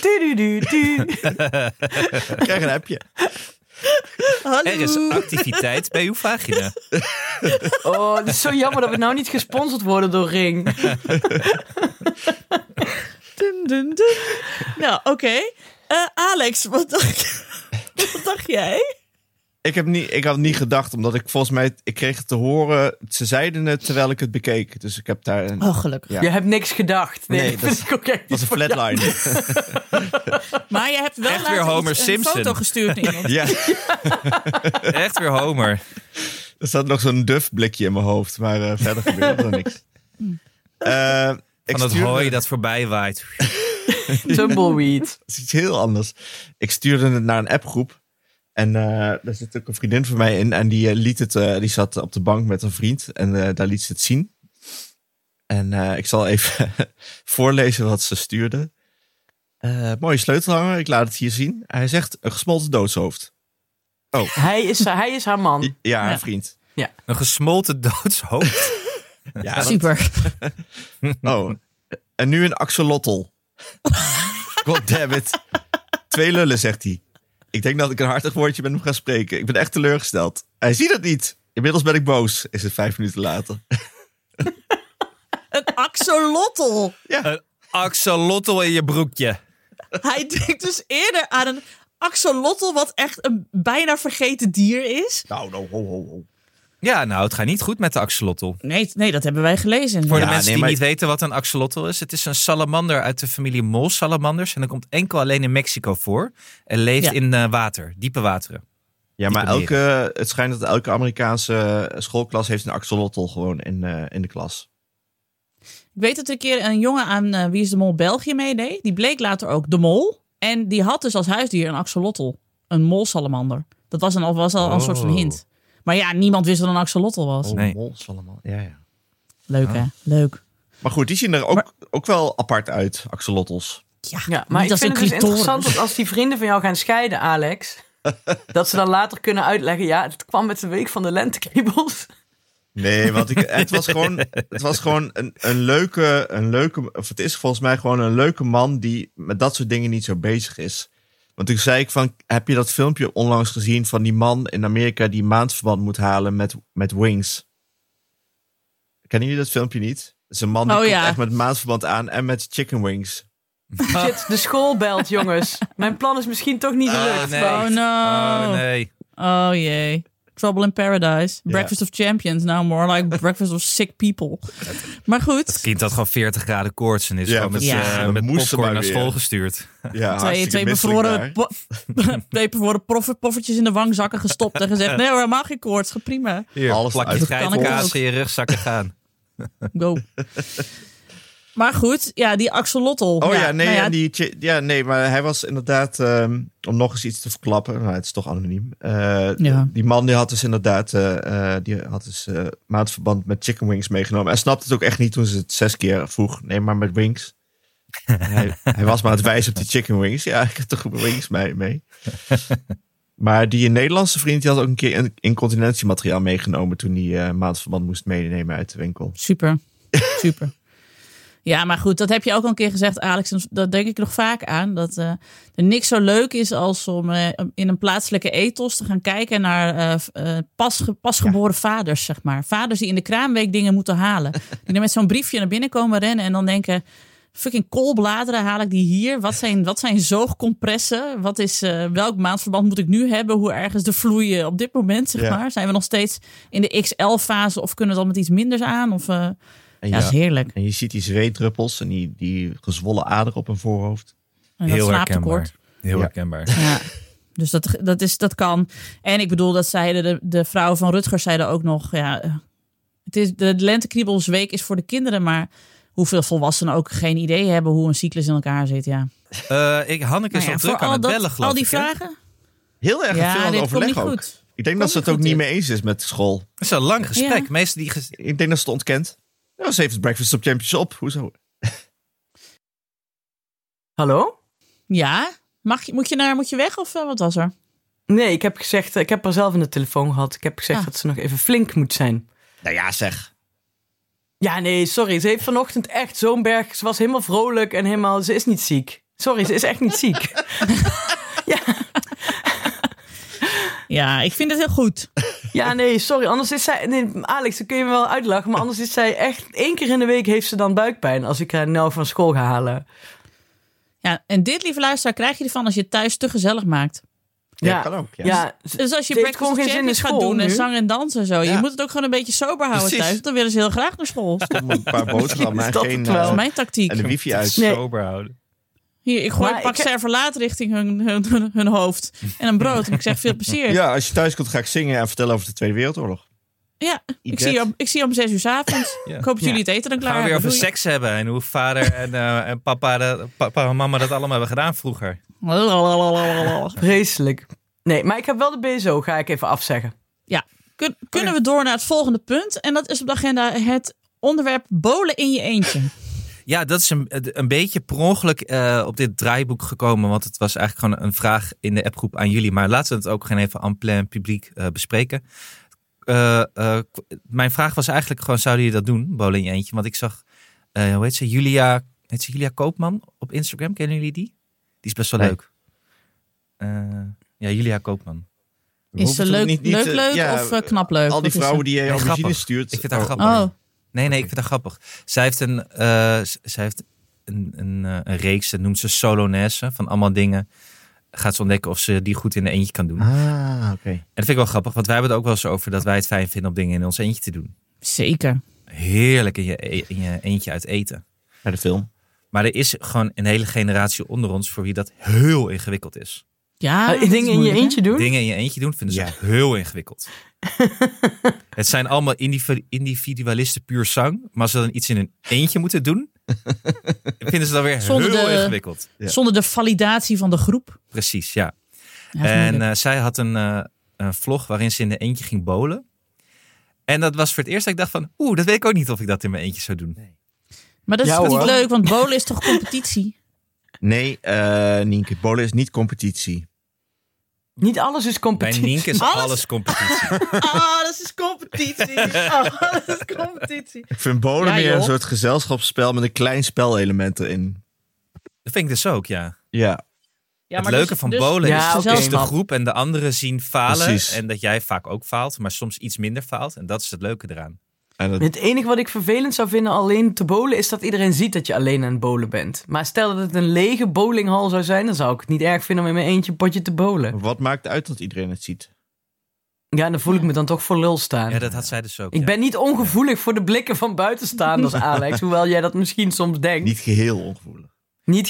S4: Tududu.
S5: Krijg een appje.
S3: Hallo.
S2: Er is activiteit bij uw vagina.
S4: Oh, het is zo jammer dat we nou niet gesponsord worden door Ring.
S3: Dun, dun, dun. Nou, oké. Eh, Alex, wat dacht, [LAUGHS] wat dacht jij?
S5: Ik, heb niet, ik had niet gedacht, omdat ik volgens mij... Ik kreeg het te horen, ze zeiden het terwijl ik het bekeek. Dus ik heb daar een...
S3: Oh, gelukkig.
S5: Ja.
S4: Je hebt niks gedacht. Nee,
S5: Nee,
S4: dat [LAUGHS]
S5: dat
S4: vind ik ook echt
S5: Dat
S4: niet
S5: is een
S4: voor jou.
S5: flatline.
S3: Maar je hebt wel
S2: Echt weer
S3: later
S2: Homer
S3: iets- een
S2: Simpson.
S3: foto gestuurd naar iemand.
S5: Ja,
S2: Echt weer Homer.
S5: er staat nog zo'n duf blikje in mijn hoofd. Maar eh, verder gebeurt er
S3: [LAUGHS]
S5: niks. Eh, ik
S2: Van dat
S5: stuurde-
S2: hooi dat voorbij waait.
S4: [LAUGHS] Tumbleweed.
S5: Dat is iets heel anders. Ik stuurde het naar een appgroep. En eh, daar zit ook een vriendin van mij in. En die, eh, liet het, eh, die zat op de bank met een vriend. En eh, daar liet ze het zien. En eh, ik zal even [LAUGHS] voorlezen wat ze stuurde. Eh, mooie sleutelhanger, ik laat het hier zien. Hij zegt een gesmolten doodshoofd.
S4: Hij is, hij is haar man.
S5: I- Ja,
S3: Ja.
S5: een vriend.
S2: Een gesmolten [LAUGHS] doodshoofd.
S5: Ja, dat-
S3: [LAUGHS] Super.
S5: oh. [LAUGHS] En nu een axolotl. [LAUGHS] God damn it. Twee lullen, zegt hij. Ik denk dat ik een hartig woordje met hem ga spreken. Ik ben echt teleurgesteld. Hij ziet het niet. Inmiddels ben ik boos, is het vijf minuten later. [LAUGHS]
S3: Een axolotl.
S5: Eh,
S2: Een axolotl in je broekje.
S3: Hij denkt dus eerder aan een axolotl, wat echt een bijna vergeten dier is.
S5: Nou, nou, ho, ho, ho.
S2: Ja, nou, het gaat niet goed met de axolotl.
S3: Nee, nee dat hebben wij gelezen.
S2: Voor
S5: Ja,
S2: de mensen
S5: nee,
S2: die
S5: maar-
S2: niet weten wat een axolotl is. Het is een salamander uit de familie molsalamanders. En dat komt enkel alleen in Mexico voor. En leeft
S3: Ja.
S2: in eh, water, diepe wateren.
S5: Ja, maar
S2: Diepe meren.
S5: elke, het schijnt dat elke Amerikaanse eh, schoolklas heeft een axolotl gewoon in, eh, in de klas.
S3: Ik weet dat er een keer een jongen aan eh, Wie is de Mol België meedeed. Die bleek later ook de mol. En die had dus als huisdier een axolotl. Een molsalamander. Dat was, een, was al een
S2: Oh.
S3: soort van hint. Maar ja, niemand wist dat een axolotl was.
S5: Oh,
S2: Nee.
S5: mols allemaal. Ja, ja.
S3: Leuk hè? Leuk.
S5: Maar goed, die zien er ook, ook wel apart uit, axolotls.
S3: Ja,
S4: Ja, maar
S3: niet
S4: ik
S3: als
S4: vind
S3: een
S4: het dus
S3: clitoris.
S4: interessant dat als die vrienden van jou gaan scheiden,
S2: [LAUGHS]
S4: Alex, dat ze dan later kunnen uitleggen, ja, het kwam met de week van de lentekriebels.
S5: Nee, want ik, het was gewoon, het was gewoon een, een, leuke, een leuke, of het is volgens mij gewoon een leuke man die met dat soort dingen niet zo bezig is. Want toen zei ik van, heb je dat filmpje onlangs gezien van die man in Amerika die maandverband moet halen met, met Wings? Kennen jullie dat filmpje niet? Het is een man die
S3: Oh,
S5: komt
S3: ja.
S5: echt met maandverband aan en met chicken wings.
S4: Shit, de school belt, jongens. Mijn plan is misschien toch niet
S2: Ah,
S4: gelukt.
S2: nee.
S3: Oh no.
S2: Oh nee.
S3: Oh jee. Trouble in Paradise. Breakfast of Champions. Now more
S5: [LAUGHS]
S3: like Breakfast of Sick People. Maar goed.
S2: Kind had gewoon 40 graden koorts en is
S5: Ja,
S2: gewoon met,
S3: precies.
S2: eh,
S5: Ja, dat
S2: met
S5: moest ze
S2: popcorn
S5: maar
S2: naar
S5: weer.
S2: school gestuurd.
S5: Ja,
S3: Twee,
S5: hartstikke
S3: twee,
S5: misselijk
S3: bevroren,
S5: daar.
S3: po- [LAUGHS] twee bevroren prof- poffertjes in de wangzakken gestopt. En gezegd, nee hoor, helemaal geen koorts. Ga prima.
S5: Hier, Alles
S2: Plak je
S5: uit-
S3: Kan ik
S2: geitenkaas in je rugzakken [LAUGHS] gaan.
S5: [LAUGHS]
S3: Go. Maar goed. Ja, die axolotl.
S5: Oh ja, nee,
S3: nou
S5: en die chi- ja, nee, maar hij was inderdaad, ehm, om nog eens iets te verklappen, nou, het is toch anoniem. Eh,
S3: Ja.
S5: Die man die had dus inderdaad, eh, eh, die had dus eh, maatverband met chicken wings meegenomen. Hij snapte het ook echt niet toen ze het zes keer vroeg, nee, maar met
S3: [LAUGHS]
S5: wings. hij, hij was maar aan het wijzen op die chicken wings. Ja, ik heb toch wings
S3: [LAUGHS]
S5: mee. mee. maar die Nederlandse vriend die had ook een keer in- incontinentiemateriaal meegenomen toen hij eh, maatverband moest meenemen uit de winkel.
S3: Super. Super. Ja, maar goed, dat heb je ook al een keer gezegd, Alex. En dat denk ik nog vaak aan. Dat eh, er niks zo leuk is als om eh, in een plaatselijke ethos te gaan kijken naar eh, v- eh, pasge- pasgeboren vaders, zeg maar. Vaders die in de kraamweek dingen moeten halen. Die dan met zo'n briefje naar binnen komen rennen en dan denken... Fucking koolbladeren haal ik die hier? Wat zijn, wat zijn zoogcompressen? Wat is, eh, welk maandverband moet ik nu hebben? Hoe erg is de vloei eh, op dit moment, zeg
S5: Ja.
S3: maar? Zijn we nog steeds in de XL-fase of kunnen we dan met iets minders aan? Of, eh,
S5: En
S3: ja, dat is heerlijk.
S5: En je ziet die zweetdruppels en die, die gezwollen ader op hun voorhoofd.
S3: En dat
S2: Heel herkenbaar.
S3: slaaptekort.
S2: Heel
S5: Ja.
S2: herkenbaar.
S3: Ja. [LAUGHS] Dus dat, dat, is, dat kan. En ik bedoel, dat zeiden de, de vrouwen van Rutgers zeiden ook nog. Ja, eh, het is, de lentekriebelsweek is voor de kinderen, maar hoeveel volwassenen ook geen idee hebben hoe een cyclus in elkaar zit. Ja.
S2: Eh, ik, Hanneke is
S3: Nou ja,
S2: al druk aan het bellen, geloof
S3: al die
S2: ik, hè?
S3: vragen.
S5: Heel erg
S3: ja,
S5: veel aan
S3: dit komt niet
S5: overleg ook.
S3: goed.
S5: Ik denk dat ze
S3: niet
S5: het ook
S3: goed
S5: niet
S3: in.
S5: mee eens is met school.
S2: Het is een lang gesprek.
S3: Ja.
S2: Meestal die ges-
S5: Ik denk dat ze het ontkent. Ja, ze heeft het Breakfast op Champions op. Hoezo?
S4: Hallo?
S3: Ja, Mag je, moet, je naar, moet je weg of eh, wat was er?
S4: Nee, ik heb gezegd, eh, ik heb haar zelf in de telefoon gehad. Ik heb gezegd
S3: Ah.
S4: dat ze nog even flink moet zijn.
S5: Nou ja, zeg.
S4: Ja, nee, sorry. Ze heeft vanochtend echt zo'n berg. Ze was helemaal vrolijk en helemaal. Ze is niet ziek. Sorry, ze is echt niet ziek.
S3: Ja, ik vind het heel goed.
S4: Ja, nee, sorry. Anders is zij. Nee, Alex, dan kun je me wel uitlachen. Maar anders is zij echt. één keer in de week heeft ze dan buikpijn. Als ik haar nou van school ga halen.
S3: Ja, en dit, lieve luisteraar, krijg je ervan als je het thuis te gezellig maakt.
S5: Ja, kan ook, ja.
S4: ze-
S3: Dus als je
S4: Ze heeft
S3: breakfast
S4: gewoon geen
S3: of
S4: zin in
S3: champions gaat
S4: school
S3: doen en
S4: nu.
S3: zang en dans en zo. Je
S5: Ja.
S3: moet het ook gewoon een beetje sober houden
S5: Precies.
S3: thuis. Dan willen ze heel graag naar school. Dat
S5: Om
S3: [LAUGHS]
S5: een paar boterhammen en
S4: dat
S5: geen...
S4: het
S5: eh,
S4: wel?
S3: is mijn tactiek.
S5: en de wifi uit.
S4: Nee.
S2: sober houden.
S3: Hier, ik gooi
S4: Maar
S3: een pak
S4: ik-
S3: serverlaat richting hun, hun, hun, hun hoofd. En een brood. En ik zeg veel plezier. Ja,
S5: Ja, als je thuis komt ga ik zingen en vertellen over de Tweede Wereldoorlog.
S3: ik,
S5: Idet.
S3: zie je om, ik zie je om zes uur 's avonds.
S2: Ja.
S3: Ik hoop dat jullie
S4: Ja.
S3: het eten dan klaar
S2: Gaan we weer
S3: hebben.
S2: over
S3: Doei.
S2: seks hebben en hoe vader en, eh, en papa, dat- papa en mama dat allemaal hebben gedaan vroeger.
S3: Lalalala.
S4: Vreselijk. Nee, maar ik heb wel de BSO, ga ik even afzeggen.
S3: Ja, Kun- kunnen we door naar het volgende punt. En dat is op de agenda het onderwerp bolen in je eentje.
S2: Ja, dat is een, een beetje per ongeluk eh, op dit draaiboek gekomen. Want het was eigenlijk gewoon een vraag in de appgroep aan jullie. Maar laten we het ook gewoon even en plein publiek eh, bespreken. Eh, eh, k- mijn vraag was eigenlijk gewoon, zouden jullie dat doen? Bowlen in je eentje. Want ik zag, eh, hoe heet ze? Julia, heet ze Julia Koopman op Instagram. Kennen jullie die? Die is best wel
S5: Nee.
S2: leuk. Eh, ja, Julia Koopman.
S5: We
S3: Is
S5: hoeven
S3: ze
S5: toch
S3: leuk,
S5: niet- niet,
S3: leuk,
S5: eh,
S3: leuk
S5: ja,
S3: of eh, knap leuk?
S5: Al
S3: Wat
S5: die
S3: is
S5: vrouwen
S3: het?
S5: die je
S2: Nee,
S5: origine
S2: grappig.
S5: stuurt.
S2: Ik vind haar
S5: Oh,
S2: grappig.
S3: Oh,
S2: Nee, nee, ik vind dat grappig. Zij heeft een, eh, z- zij heeft een, een, eh, een reeks, dat noemt ze Solonaise, van allemaal dingen. Gaat ze ontdekken of ze die goed in de eentje kan doen. En
S5: Ah, oké.
S2: dat vind ik wel grappig, want wij hebben het ook wel eens over dat wij het fijn vinden om dingen in ons eentje te doen.
S3: zeker.
S2: Heerlijk in je, e- in je eentje uit eten.
S5: Naar de film.
S2: Maar er is gewoon een hele generatie onder ons voor wie dat heel ingewikkeld is.
S3: Ja,
S4: Eh,
S3: Ah, dat is
S4: dingen in je
S3: moeilijk, hè?
S4: eentje doen?
S2: Dingen in je eentje doen vinden ze
S5: Ja.
S2: heel ingewikkeld. het zijn allemaal individu- individualisten puur zang. Maar als ze dan iets in hun eentje moeten doen, vinden ze dan weer
S3: Zonder
S2: heel
S3: de-
S2: ingewikkeld.
S5: Ja.
S3: Zonder de validatie van de groep.
S2: Precies, ja.
S3: Ja, dat is
S2: en
S3: moeilijk.
S2: eh, zij had een, eh, een vlog waarin ze in de eentje ging bowlen. En dat was voor het eerst dat ik dacht van... Oeh, dat weet ik ook niet of ik dat in mijn eentje zou doen.
S3: maar dat is
S4: ja,
S3: toch niet
S4: hoor.
S3: leuk, want bowlen is toch competitie?
S5: Nee, eh Nienke, bowlen is niet competitie.
S4: Niet alles is [LAUGHS]
S2: Bij
S4: competitie.
S2: Nienke is
S3: Alles?
S2: alles, competitie.
S3: [LAUGHS] Ah, dat is competitie. Ah, dat is competitie.
S5: Ik vind bowlen
S3: Ja,
S5: meer
S3: joh.
S5: een soort gezelschapsspel met een klein spelelement erin.
S2: dat vind ik dus ook, ja.
S5: Ja.
S3: Ja,
S2: het
S3: maar
S2: leuke
S3: dus-
S2: van
S3: dus-
S2: bolen
S4: Ja,
S2: is,
S4: oké.
S2: is de
S4: man.
S2: groep en de anderen zien falen.
S5: Precies.
S2: En dat jij vaak ook faalt, maar soms iets minder faalt. En dat is het leuke eraan.
S5: En dat,
S4: Het enige wat ik vervelend zou vinden alleen te bowlen is dat iedereen ziet dat je alleen aan het bowlen bent. Maar stel dat het een lege bowlinghal zou zijn, dan zou ik het niet erg vinden om in mijn eentje een potje te bowlen.
S5: wat maakt uit dat iedereen het ziet?
S4: Ja, en dan voel ik me dan toch voor lul staan.
S2: Ja, dat had zij dus ook.
S4: Ik
S2: ja.
S4: ben niet ongevoelig voor de blikken van buitenstaanders, Alex. Hoewel jij dat misschien soms denkt.
S5: Niet
S4: Niet,
S5: geheel ongevoelig.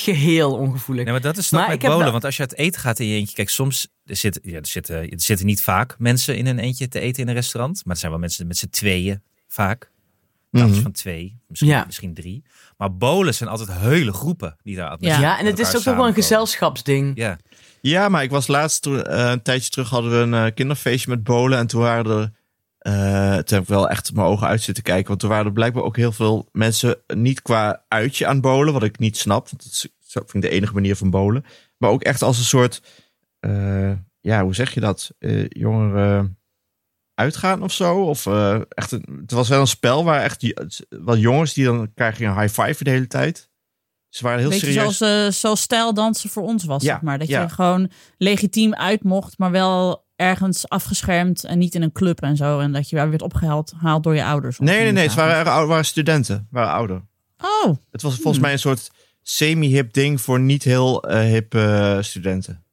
S4: geheel ongevoelig.
S2: Nee, maar dat is het ook
S4: Maar
S2: met
S4: ik heb
S2: bolen.
S4: wel-
S2: Want als je uit eten gaat in je eentje... Kijk, soms er zit, ja, er zitten, er zitten niet vaak mensen in een eentje te eten in een restaurant. Maar het zijn wel mensen met z'n tweeën vaak. Dat is
S5: Mhm.
S2: van twee, misschien,
S4: Ja.
S2: misschien drie. Maar bolen zijn altijd hele groepen die daar met-
S3: Ja.
S4: ja,
S2: met
S4: en het is
S2: elkaar
S4: ook wel een
S2: samenkomen.
S4: gezelschapsding.
S2: Ja,
S5: Ja, maar ik was laatst, toen, eh, een tijdje terug hadden we een eh, kinderfeestje met bolen. En toen waren er, eh, toen heb ik wel echt mijn ogen uit zitten kijken. Want toen waren er blijkbaar ook heel veel mensen niet qua uitje aan bolen. Wat ik niet snap, want dat is, zo vind ik de enige manier van bolen. Maar ook echt als een soort, eh, ja, hoe zeg je dat? Eh, jongeren eh, uitgaan of zo. Of eh, echt, een, het was wel een spel waar echt die, wat jongens die dan elkaar gingen high five de hele tijd. Ze waren heel
S3: Beetje
S5: serieus.
S3: zoals, eh zoals stijldansen voor ons was,
S5: Ja,
S3: zeg maar. Dat
S5: ja.
S3: je gewoon legitiem uit mocht, maar wel ergens afgeschermd en niet in een club en zo. En dat je weer werd opgehaald haald door je ouders. op
S5: Nee, nee, nee. Het
S3: vriendensavond.
S5: waren, er- waren studenten, waren ouder.
S3: Oh,
S5: Het was volgens mij een soort semi-hip ding voor niet heel eh, hip eh, studenten.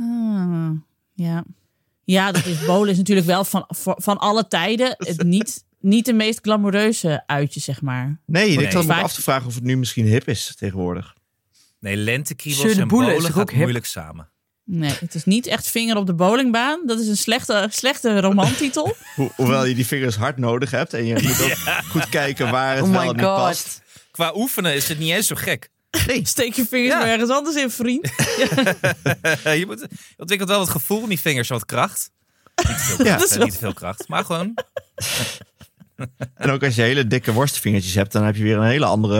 S3: Ah, ja. Ja, dat is bowlen is natuurlijk wel van, van van alle tijden
S5: [LAUGHS]
S3: het niet, niet de meest glamoureuze uitje, zeg maar.
S5: Nee,
S2: Nee.
S5: ik zat me
S3: Vaak-
S5: ook af te vragen of het nu misschien hip is tegenwoordig.
S2: nee, lentekriebels
S4: Sure, de
S2: en
S4: boelen is
S2: bolen
S4: toch
S2: gaat
S4: ook hip?
S2: moeilijk samen.
S3: Nee, het is niet echt vinger op de bowlingbaan. Dat is een slechte, slechte romantitel.
S5: Ho- hoewel je die vingers hard nodig hebt en je moet ook goed kijken waar het
S4: Oh
S5: wel
S4: my
S5: en
S4: god.
S5: niet past.
S2: Qua oefenen is het niet eens zo gek. [LAUGHS]
S3: Steek je vingers
S2: Ja.
S3: maar ergens anders in, vriend.
S2: je, moet, je ontwikkelt wel wat gevoel in die vingers, wat kracht. Niet veel kracht,
S5: Ja.
S2: hè, niet veel kracht. Maar gewoon,
S4: [LAUGHS]
S5: En ook als je hele dikke worstvingertjes hebt, dan heb je weer een hele andere...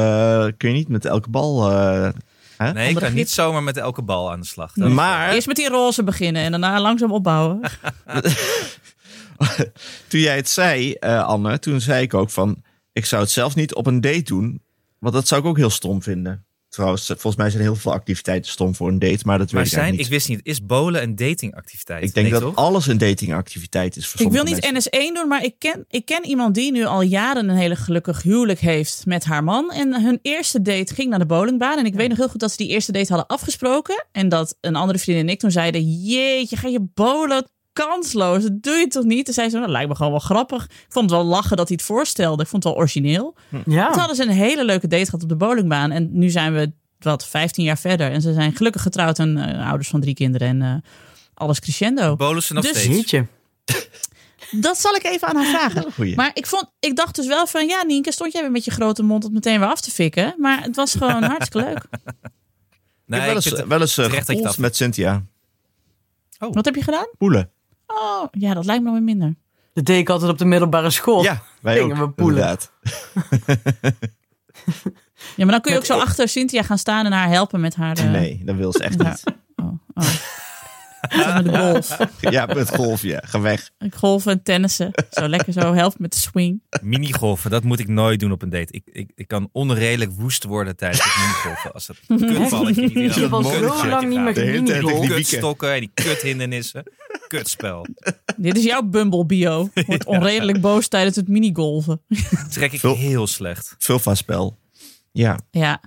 S5: eh, kun je niet met elke bal... eh, hè?
S2: nee, ik kan niet zomaar met elke bal aan de slag. Dat-
S5: Maar
S3: Eerst met die roze beginnen en daarna langzaam opbouwen.
S5: [LAUGHS] toen jij het zei, eh, Anne, toen zei ik ook van... ik zou het zelf niet op een date doen, want dat zou ik ook heel stom vinden. Trouwens, eh, volgens mij zijn heel veel activiteiten stom voor een date, maar dat
S2: Maar
S5: weet ik eigenlijk
S2: zijn,
S5: niet.
S2: ik wist niet, is bolen een datingactiviteit?
S5: Ik denk
S2: Nee,
S5: dat
S2: toch?
S5: alles een datingactiviteit is voor
S3: Ik wil
S5: sommige
S3: niet
S5: mensen.
S3: NS1 doen, maar ik ken, ik ken iemand die nu al jaren een hele gelukkig huwelijk heeft met haar man. En hun eerste date ging naar de bowlingbaan. En ik weet nog heel goed dat ze die eerste date hadden afgesproken. En dat een andere vriendin en ik toen zeiden: Jeetje, ga je bowlen? Kansloos, dat doe je toch niet? Toen zei ze: "Nou, Dat lijkt me gewoon wel grappig. Ik vond het wel lachen dat hij het voorstelde. Ik vond het wel origineel.
S5: Oh.
S3: Toen
S4: Ja.
S3: hadden ze een hele leuke date gehad op de bowlingbaan. En nu zijn we, wat, 15 jaar verder. En ze zijn gelukkig getrouwd en eh, ouders van drie kinderen. En eh, alles crescendo.
S2: Bolen ze nog
S3: Dus-
S2: steeds.
S4: Jeetje.
S3: Dat zal ik even aan haar vragen.
S5: [LAUGHS] Goeie.
S3: Maar ik, vond, ik dacht dus wel van, ja Nienke, stond jij weer met je grote mond het meteen weer af te fikken. Maar het was
S5: [LAUGHS]
S3: gewoon hartstikke leuk.
S5: Ik
S2: Nee,
S5: heb wel
S2: ik
S5: eens,
S2: vind het-
S5: wel eens eh,
S2: terecht dat je
S5: gepoeld
S2: dat-
S5: met Cynthia.
S3: Wat heb je gedaan?
S5: Poelen.
S3: Oh, ja, dat lijkt me nog weer minder.
S4: Dat deed ik altijd op de middelbare
S3: Oh,
S4: school.
S5: ja, wij
S4: gingen
S5: ook.
S4: we poelen.
S5: Inderdaad.
S3: Ja, maar dan kun je ook zo achter Cynthia gaan staan en haar helpen met haar... eh,
S5: Nee, dat wil ze echt
S3: Ja.
S5: [LAUGHS] niet.
S3: Oh, oh. Zo met de
S5: [LAUGHS]
S3: golf.
S5: Ja, met golf, ja. Ga weg.
S3: Ik golven en tennissen. Zo lekker zo helpen met de swing.
S2: Minigolfen, dat moet ik nooit doen op een date. Ik, ik, ik kan onredelijk woest worden tijdens het minigolfen.
S4: [LAUGHS]
S2: Als dat kutballetje niet
S4: Ik heb al zo
S5: Monnetje.
S4: lang niet meer
S5: De hele tijd
S4: geminigold.
S5: tegen die-
S2: Kutstokken en die kuthindernissen.
S5: [LAUGHS]
S2: Kutspel.
S3: Dit is jouw bumble bio. Wordt onredelijk boos tijdens het minigolven.
S2: Trek ik
S5: Veel-
S2: heel slecht.
S5: Vulva-spel. Ja.
S3: Ja.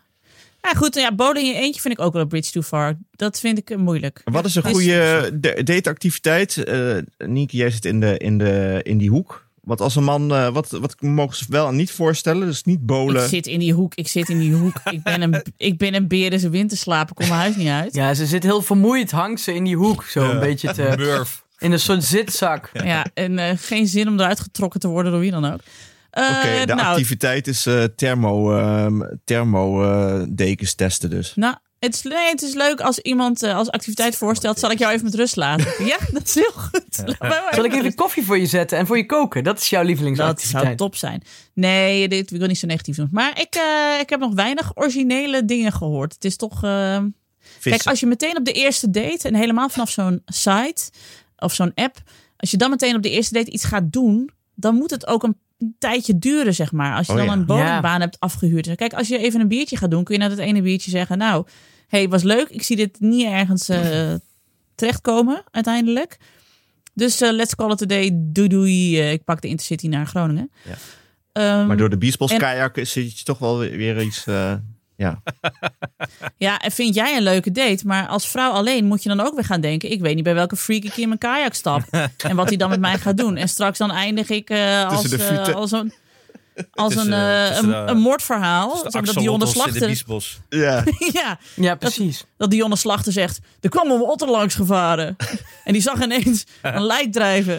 S3: Ja, goed. Ja, bowling in je eentje vind ik ook wel een bridge too far. Dat vind ik eh, moeilijk.
S5: En Wat is een
S3: Dus-
S5: goede da- dateactiviteit? Eh Nienke, jij zit in, de, in, de, in die hoek. Want als een man, eh, wat, wat mogen ze wel en niet voorstellen? Dus niet
S3: Ik
S5: bolen.
S3: zit in die hoek, ik zit in die hoek. ik, ben een,
S5: [LAUGHS]
S3: ik ben een beer in zijn winterslaap, ik kom mijn huis niet uit.
S4: Ja, ze zit heel vermoeid, hangt ze in die hoek. Zo een beetje te,
S2: Murf. Dus
S4: in een soort zitzak.
S3: Ja, en eh, geen zin om eruit getrokken te worden door wie dan ook. Eh,
S5: Oké, de
S3: nou,
S5: activiteit is eh, thermo, ehm, thermo eh, dekens testen dus.
S3: nou, het is, nee, het is leuk als iemand eh, als activiteit voorstelt, zal ik jou even met rust
S5: [LAUGHS]
S3: laten. ja, dat is heel goed. Laat mij maar even
S4: Zal
S3: met
S4: ik even
S3: rust.
S4: koffie voor je zetten en voor je koken? Dat is jouw
S3: dat
S4: lievelingsactiviteit.
S3: zou top zijn. Nee, dit ik wil niet zo negatief doen. Maar ik, eh, ik heb nog weinig originele dingen gehoord. Het is toch. eh, Kijk,
S5: Vissen.
S3: als je meteen op de eerste date en helemaal vanaf zo'n site of zo'n app, als je dan meteen op de eerste date iets gaat doen, dan moet het ook een tijdje duren, zeg maar. Als je
S5: Oh
S3: dan
S5: ja.
S3: een bowlingbaan hebt afgehuurd. Kijk, als je even een biertje gaat doen, kun je na dat ene biertje zeggen, nou, hey, was leuk. Ik zie dit niet ergens eh, [LAUGHS] terechtkomen uiteindelijk. Dus eh, let's call it a day. Doei doei. Eh, ik pak de Intercity naar Groningen.
S5: Ja.
S3: Ehm,
S5: Maar door de biesbos
S3: en-
S5: kajak is het toch wel weer iets... eh, ja.
S3: Ja, en vind jij een leuke date? Maar als vrouw alleen moet je dan ook weer gaan denken... ik weet niet bij welke freak ik in mijn kajak
S2: [LAUGHS]
S3: stap. en wat hij dan met mij gaat doen. En straks dan eindig ik eh, als,
S5: Tussen de
S3: eh,
S5: voeten.
S3: als een... Als
S2: Tussen,
S3: een, eh,
S2: tussen
S3: een,
S2: de-
S3: een moordverhaal.
S2: de
S3: Zeg maar dat Dionne
S2: axolotls in de
S3: Slachter...
S2: biesbos.
S5: ja.
S3: [LAUGHS] ja,
S4: Ja, precies.
S3: dat Dionne Slachter zegt... er kwam een otter langs gevaren. [LAUGHS] en die zag ineens een lijk drijven.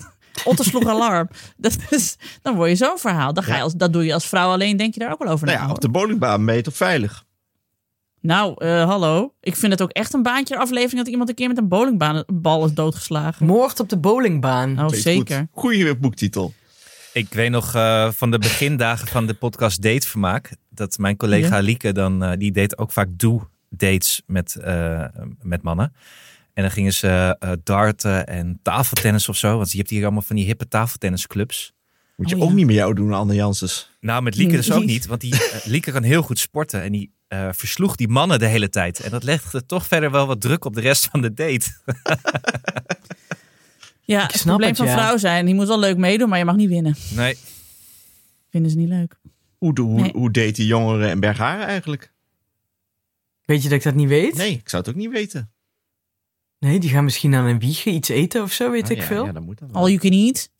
S3: [LAUGHS] otter
S2: [LAUGHS]
S3: sloeg alarm. Dat is, dan word je zo'n verhaal. Dan ga je als, dat doe je als vrouw alleen, denk je daar ook wel over
S5: [LAUGHS] Nou
S3: na,
S5: ja, [LAUGHS]
S3: hoor.
S5: op de bowlingbaan ben je toch veilig?
S3: Oh, Nou, eh, hallo. Ik vind het ook echt een baantje aflevering dat iemand een keer met een bowlingbal is doodgeslagen.
S4: Moord op de bowlingbaan.
S3: Nou,
S5: Is
S3: zeker.
S5: goed. Goeie boektitel.
S2: Ik weet nog eh, van de begindagen van de podcast Datevermaak. Dat mijn collega Lieke dan, eh, die deed ook vaak do-dates met, eh, met mannen. En dan gingen ze eh, darten en tafeltennis of zo. Want je hebt hier allemaal van die hippe tafeltennisclubs.
S5: Moet je
S3: Oh, ja.
S5: ook niet met jou doen, Anne Janssens.
S2: Nou, met
S4: Mm,
S2: Lieke dus ook
S3: Nee.
S2: niet. Want die, eh, Lieke kan heel goed sporten. En die eh, versloeg die mannen de hele tijd. En dat legde toch verder wel wat druk op de rest van de date.
S3: Ja,
S4: snap
S3: het probleem
S4: het,
S3: van
S4: ja.
S3: vrouw zijn. Die moet wel leuk meedoen, maar je mag niet winnen.
S2: Nee,
S3: Vinden ze niet leuk.
S5: Hoe, de- hoe,
S3: Nee.
S5: hoe deed die jongeren in Bergharen eigenlijk?
S4: Weet je dat ik dat niet weet?
S5: Nee, ik zou het ook niet weten.
S4: Nee, die gaan misschien aan een wiegen iets eten of zo, weet
S5: Ah,
S4: ik
S5: ja,
S4: veel.
S5: Ja, dat moet dan wel.
S3: All you can eat.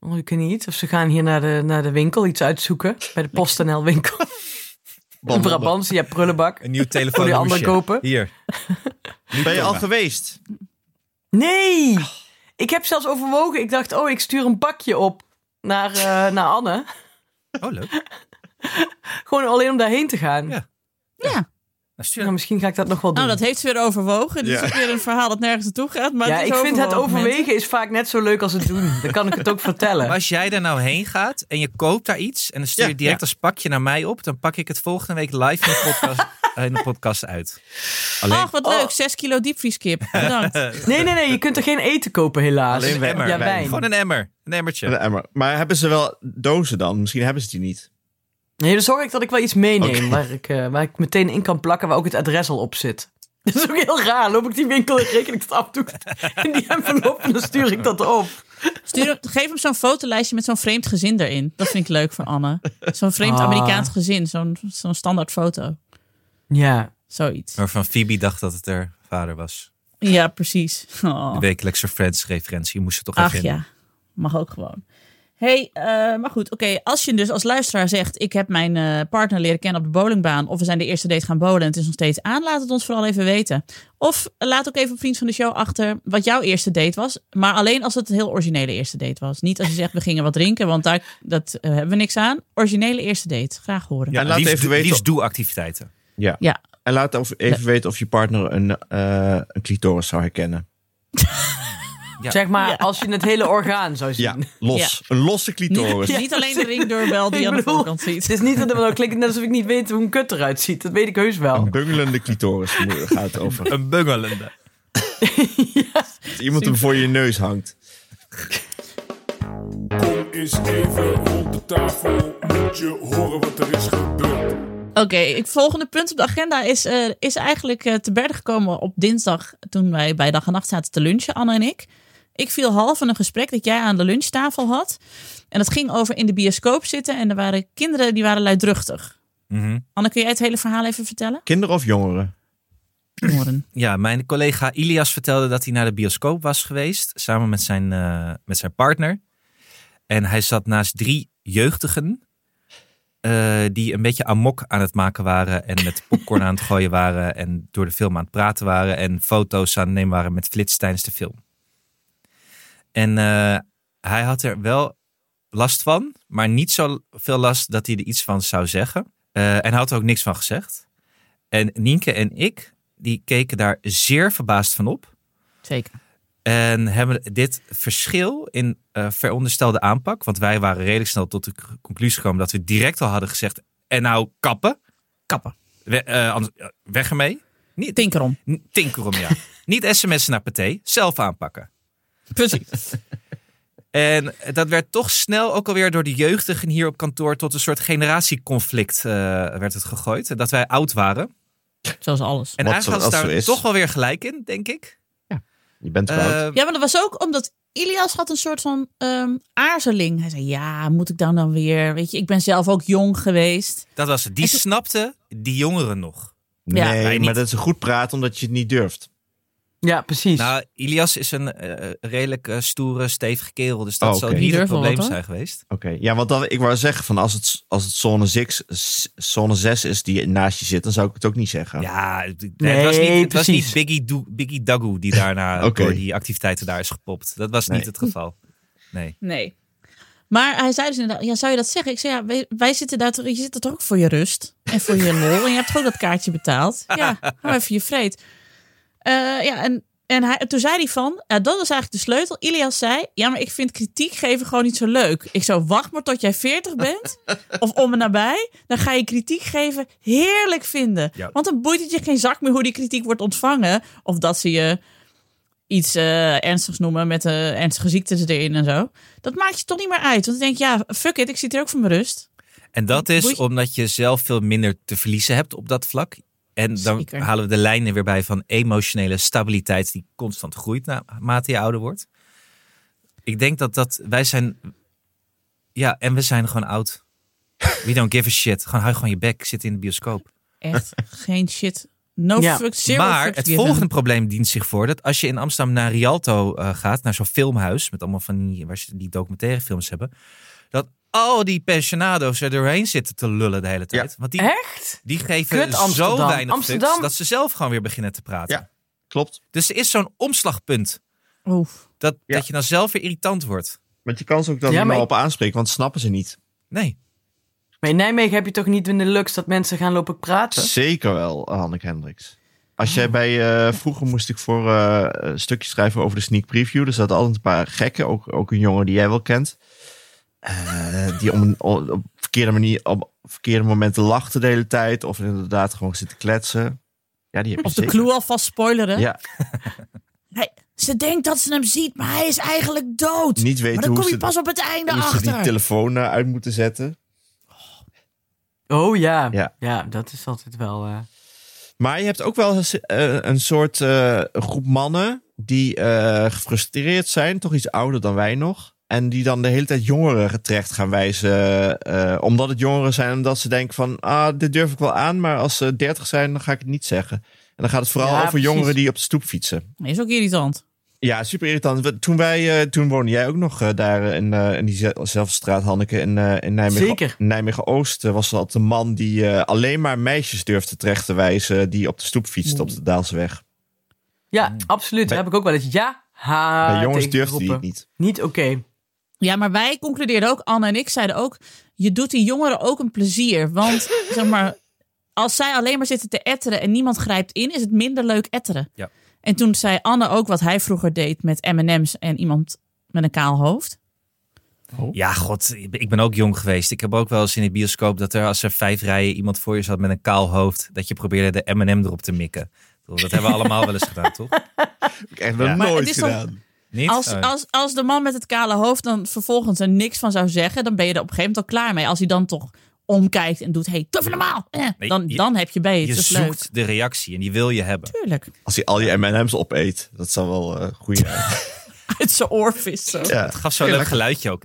S4: Oh, ik weet niet. Of ze gaan hier naar de, naar de winkel iets uitzoeken. Bij de PostNL winkel. Een
S5: Wandelen.
S4: Brabantse, ja, prullenbak.
S2: een nieuw
S4: Voor die
S2: telefoon.
S4: ander kopen.
S2: Hier.
S5: Ben je al
S2: Thomas.
S5: geweest?
S4: Nee! Ik heb zelfs overwogen. Ik dacht, oh, ik stuur een pakje op naar, eh, naar Anne.
S2: Oh, leuk. Nou,
S4: Gewoon alleen om daarheen te gaan.
S2: Ja.
S3: Ja.
S2: stuur
S4: Nou, misschien ga ik dat nog wel doen.
S3: Nou, dat heeft ze weer overwogen. Dit
S5: Ja.
S3: is ook weer een verhaal dat nergens naartoe gaat. Maar
S4: ja,
S3: het is
S4: ik vind het
S3: overwogen, mensen.
S4: overwegen is vaak net zo leuk als het doen. Dan kan ik het ook
S2: Maar
S4: vertellen.
S2: als jij daar nou heen gaat en je koopt daar iets en dan stuur je
S5: Ja,
S2: direct als pakje naar mij op, dan pak ik het volgende week live in de podcast, eh, in de podcast uit. Alleen
S3: Ach, wat
S4: Oh.
S3: leuk. Zes kilo diepvrieskip. Bedankt.
S4: [LAUGHS] Nee, nee, nee. Je kunt er geen eten kopen, helaas.
S5: Alleen
S2: een
S5: wij-
S2: emmer.
S4: ja, wijn.
S2: Gewoon een emmer. Een emmertje.
S5: Ja, Maar, maar hebben ze wel dozen dan? Misschien hebben ze die niet.
S4: Nee, dan zorg ik dat ik wel iets meeneem
S5: Oké.
S4: waar, ik, eh, waar ik meteen in kan plakken, waar ook het adres al op zit. [LAUGHS] Dat is ook heel raar. Loop ik die winkel en reken ik dat af en toe [LAUGHS] in die envelop en dan stuur ik dat op.
S3: Stuur, hem- geef hem zo'n fotolijstje met zo'n vreemd gezin erin. Dat vind ik leuk voor Anne. Zo'n vreemd
S4: Ah.
S3: Amerikaans gezin. Zo'n zo'n standaard foto.
S4: Ja.
S3: Zoiets.
S2: Waarvan Phoebe dacht dat het haar vader was.
S3: Ja, precies. Oh.
S2: De wekelijkse Friends-referentie moest ze toch
S3: Ach
S2: even in.
S3: ja, mag ook gewoon. hey, eh, maar goed, oké. Als je dus als luisteraar zegt: Ik heb mijn eh, partner leren kennen op de bowlingbaan. of we zijn de eerste date gaan bowlen en het is nog steeds aan, laat het ons vooral even weten. Of laat ook even op Vriend van de Show achter wat jouw eerste date was. Maar alleen als het een heel originele eerste date was. Niet als je zegt: We gingen wat drinken, want daar dat, eh, hebben we niks aan. Originele eerste date, graag horen.
S5: Ja, laat
S2: liefst,
S5: even
S2: doe-
S5: weten-
S2: liefst doe activiteiten.
S5: Ja.
S3: Ja.
S5: En laat of- even weten of je partner een, eh, een clitoris zou herkennen.
S2: Ja.
S4: Zeg maar, als je het hele orgaan zou zien.
S5: Ja, los. Een losse clitoris.
S3: Niet, niet alleen de ringdeurbel die je aan de
S4: [LAUGHS] Ik bedoel,
S3: voorkant ziet.
S4: Het is niet dat het dan klinkt net alsof ik niet weet hoe een kut eruit ziet. Dat weet ik heus wel.
S5: Een bungelende clitoris moet- gaat het over.
S2: Een bungelende.
S5: Dat iemand hem voor je neus hangt.
S6: Kom eens even rond de tafel, moet je horen wat er is gebeurd.
S3: Oké, het volgende punt op de agenda is, eh, is eigenlijk eh, te berden gekomen op dinsdag toen wij bij Dag en Nacht zaten te lunchen, Anne en ik. Ik viel half in een gesprek dat jij aan de lunchtafel had. En dat ging over in de bioscoop zitten en er waren kinderen die waren luidruchtig.
S2: Mhm.
S3: Anne, kun jij het hele verhaal even vertellen?
S5: Kinderen of jongeren?
S3: Horen.
S2: Ja, mijn collega Ilias vertelde dat hij naar de bioscoop was geweest. Samen met zijn, eh, met zijn partner. En hij zat naast drie jeugdigen. eh, die een beetje amok aan het maken waren. En met popcorn aan het gooien waren. En door de film aan het praten waren. En foto's aan het nemen waren met flits tijdens de film. En eh, hij had er wel last van. Maar niet zo veel last dat hij er iets van zou zeggen. Eh, en hij had er ook niks van gezegd. En Nienke en ik die keken daar zeer verbaasd van op.
S3: Zeker.
S2: En hebben dit verschil in eh, veronderstelde aanpak. Want wij waren redelijk snel tot de c- conclusie gekomen dat we direct al hadden gezegd. En nou kappen.
S3: Kappen.
S2: We- eh, anders- eh, weg ermee. Niet,
S3: Tinker om.
S2: n- tinker om ja. [LAUGHS] Niet sms'en naar paté. Zelf aanpakken.
S3: Precies.
S2: En dat werd toch snel ook alweer door de jeugdigen hier op kantoor tot een soort generatieconflict eh, werd het gegooid. Dat wij oud waren.
S3: [LAUGHS] Zoals alles.
S2: En
S5: Wat
S2: eigenlijk
S5: er
S2: hadden ze daar
S5: als zo is.
S2: toch wel weer gelijk in, denk ik.
S5: Je bent fout.
S2: Eh,
S3: Ja, maar dat was ook omdat Ilias had een soort van ehm, aarzeling. Hij zei, ja, moet ik dan dan weer? Weet je, ik ben zelf ook jong geweest.
S2: dat was het. Die
S3: en toen-
S2: snapte die jongeren nog.
S3: ja.
S5: nee,
S2: Wij niet.
S5: maar dat is een goed praten omdat je het niet durft.
S4: Ja, precies.
S2: Nou, Ilias is een eh, redelijk eh, stoere, stevige kerel. Dus dat
S5: Oh, oké.
S2: zou
S3: Die
S2: niet het
S3: durft wel
S2: probleem
S3: wat, hoor.
S2: zijn geweest.
S5: Oké, ja, want dan, ik wou zeggen van als het, als het zone, 6, s- zone 6 is die naast je zit, dan zou ik het ook niet zeggen.
S2: Ja, het, nee, het was niet, het was
S4: precies.
S2: niet Biggie, Doe- Biggie Dagu die daarna
S5: Oké.
S2: door die activiteiten daar is gepopt. Dat was
S5: Nee.
S2: niet het geval. Nee.
S3: Nee. Maar hij zei dus inderdaad, ja, zou je dat zeggen? Ik zei, ja, wij, wij zitten daar, toch- je zit er toch ook voor je rust en voor je lol. En je hebt toch ook dat kaartje betaald. Ja, hou even je vreet. Eh, ja, en, en hij, toen zei hij van, ja, dat is eigenlijk de sleutel. Ilias zei, ja, maar ik vind kritiek geven gewoon niet zo leuk. Ik zou wacht maar tot jij 40 bent of om en nabij. Dan ga je kritiek geven heerlijk vinden.
S2: Ja.
S3: Want dan boeit het je geen zak meer hoe die kritiek wordt ontvangen. Of dat ze je iets eh, ernstigs noemen met eh, ernstige ziektes erin en zo. Dat maakt je toch niet meer uit. Want dan denk je, ja, fuck it, ik zit hier ook voor mijn rust.
S2: En dat is
S3: Boeit-
S2: omdat je zelf veel minder te verliezen hebt op dat vlak. En dan
S3: Zeker.
S2: halen we de lijnen weer bij van emotionele stabiliteit die constant groeit naarmate je ouder wordt. Ik denk dat dat wij zijn. Ja, en we zijn gewoon oud. We don't give a shit. Gewoon hou gewoon je bek, zit in de bioscoop.
S5: [LAUGHS]
S3: Echt geen shit. No
S4: Ja.
S3: fuck, zero
S2: maar
S3: fucks
S2: het
S3: given.
S2: volgende probleem dient zich voor dat als je in Amsterdam naar Rialto eh, gaat, naar zo'n filmhuis met allemaal van die, waar ze die documentaire films hebben, dat al die pensionado's er doorheen zitten te lullen de hele tijd. Want die
S4: Echt?
S2: die
S4: Kut
S2: geven zo
S4: Amsterdam.
S2: weinig
S4: Amsterdam.
S2: fucks dat ze zelf gewoon weer beginnen te praten.
S5: Ja. Klopt.
S2: Dus er is zo'n omslagpunt
S3: Oef.
S2: dat,
S5: Ja.
S2: dat je dan zelf weer irritant wordt.
S5: Want je kan ze ook dan
S4: Ja,
S5: niet
S4: maar
S5: meer
S4: ik-
S5: op aanspreken, want snappen ze niet.
S2: Nee.
S4: Maar in Nijmegen heb je toch niet in de luxe dat mensen gaan lopen praten?
S5: Zeker wel, Hanneke Hendricks. Als jij bij, eh, vroeger moest ik voor eh, een stukje schrijven over de sneak preview. Er zaten altijd een paar gekken, ook, ook een jongen die jij wel kent. eh, die om, een- o- op verkeerde manier, op verkeerde momenten lachten de hele tijd. Of inderdaad gewoon zitten kletsen. Ja, die heb je
S3: Of de
S5: zeker.
S3: clue alvast spoileren.
S5: Ja,
S3: Hij- ze denkt dat ze hem ziet, maar hij is eigenlijk dood.
S5: niet
S3: maar
S5: weten
S3: dan
S5: hoe
S3: kom je
S5: ze,
S3: pas op het einde
S5: hoe ze die
S3: achter.
S5: telefoon eh, uit moeten zetten.
S4: Oh ja.
S5: Ja.
S4: ja. dat is altijd wel... eh,
S5: Maar je hebt ook wel eens, eh, een soort eh, groep mannen die eh, gefrustreerd zijn, toch iets ouder dan wij nog. En die dan de hele tijd jongeren terecht gaan wijzen. eh, omdat het jongeren zijn, omdat ze denken van, ah, dit durf ik wel aan, maar als ze dertig zijn, dan ga ik het niet zeggen. En dan gaat het vooral
S4: Ja,
S5: over
S4: precies.
S5: jongeren die op de stoep fietsen.
S3: Is ook irritant.
S5: Ja, super irritant. We- Toen, wij, eh, toen woonde jij ook nog eh, daar in, eh, in diezelfde straat, Hanneke, in, eh, in Nijmegen.
S4: Zeker.
S5: Nijmegen Oost eh, was dat de man die eh, alleen maar meisjes durfde terecht te wijzen die op de stoep fietsten op de Daalseweg.
S4: Ja, absoluut. Daar heb ik ook wel eens ja ha
S5: Mm. Bij jongens
S4: Ah, tegen
S5: durft hij het
S4: geroepen.
S5: niet.
S4: Niet oké.
S3: Ja, maar wij concludeerden ook, Anne en ik zeiden ook, je doet die jongeren ook een plezier. Want
S2: [LAUGHS]
S3: zeg maar, als zij alleen maar zitten te etteren en niemand grijpt in, is het minder leuk etteren.
S2: Ja.
S3: En toen zei Anne ook wat hij vroeger deed met M&M's en iemand met een kaal hoofd. Oh.
S2: Ja, god, ik ben ook jong geweest. Ik heb ook wel eens in de bioscoop dat er als er vijf rijen iemand voor je zat met een kaal hoofd, dat je probeerde de M&M erop te mikken. Ik bedoel, Dat hebben we allemaal wel eens gedaan,
S3: [LAUGHS]
S2: toch?
S5: Ik heb
S2: dat Ja.
S3: nooit het is dan- gedaan.
S2: Niet?
S3: Als,
S2: Oh.
S3: als, als de man met het kale hoofd dan vervolgens er niks van zou zeggen, dan ben je er op een gegeven moment al klaar mee. Als hij dan toch omkijkt en doet, hey, tuf normaal. Eh,
S2: Nee,
S3: dan,
S2: je-
S3: dan heb je bij het.
S2: je
S3: Dat is
S2: zoekt
S3: leuk.
S2: de reactie en die wil je hebben.
S3: Tuurlijk. [LAUGHS]
S5: Als hij al die M&M's opeet, dat zou wel eh goed zijn.
S3: Uit zijn oorvis
S2: [LAUGHS]
S3: zo.
S5: ja.
S2: Het gaf zo'n leuk geluidje ook.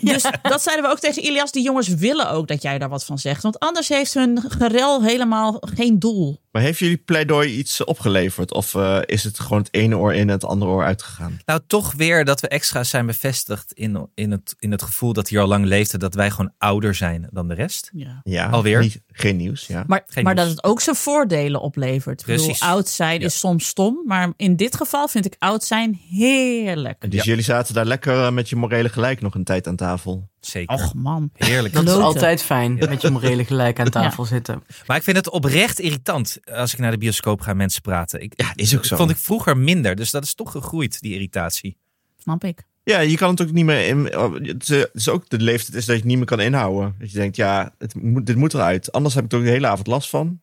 S3: Dus dat zeiden we ook tegen Ilias. Die jongens willen ook dat jij daar wat van zegt. Want anders heeft hun gerel helemaal geen doel.
S5: Maar heeft jullie pleidooi iets eh, opgeleverd? Of eh, is het gewoon het ene oor in en het andere oor uitgegaan?
S2: Nou, toch weer dat we extra zijn bevestigd in, in, het, in het gevoel dat hier al lang leefde, dat wij gewoon ouder zijn dan de rest.
S3: Ja.
S5: Ja,
S2: Alweer?
S5: niet- geen nieuws, ja.
S3: Maar,
S2: Geen
S3: maar dat
S2: nieuws.
S3: het ook zijn voordelen oplevert. Ik bedoel,
S2: Precies.
S3: oud zijn
S2: Ja.
S3: is soms stom. Maar in dit geval vind ik oud zijn heerlijk.
S5: dus jullie zaten daar lekker eh, met je morele gelijk nog een tijd aan tafel.
S2: Zeker.
S3: Och man.
S2: Heerlijk.
S4: Dat is
S3: Kloten.
S4: altijd fijn. Met je morele gelijk aan tafel zitten.
S2: Maar ik vind het oprecht irritant als ik naar de bioscoop ga mensen praten. Ik,
S5: Ja, is ook zo.
S2: vond ik vroeger minder, dus dat is toch gegroeid, die irritatie.
S3: Snap ik.
S5: Ja, je kan het ook niet meer... In, eh, het, eh, is ook de leeftijd is dat je het niet meer kan inhouden. Dat je denkt, ja, het moet, dit moet eruit. Anders heb ik er ook de hele avond last van.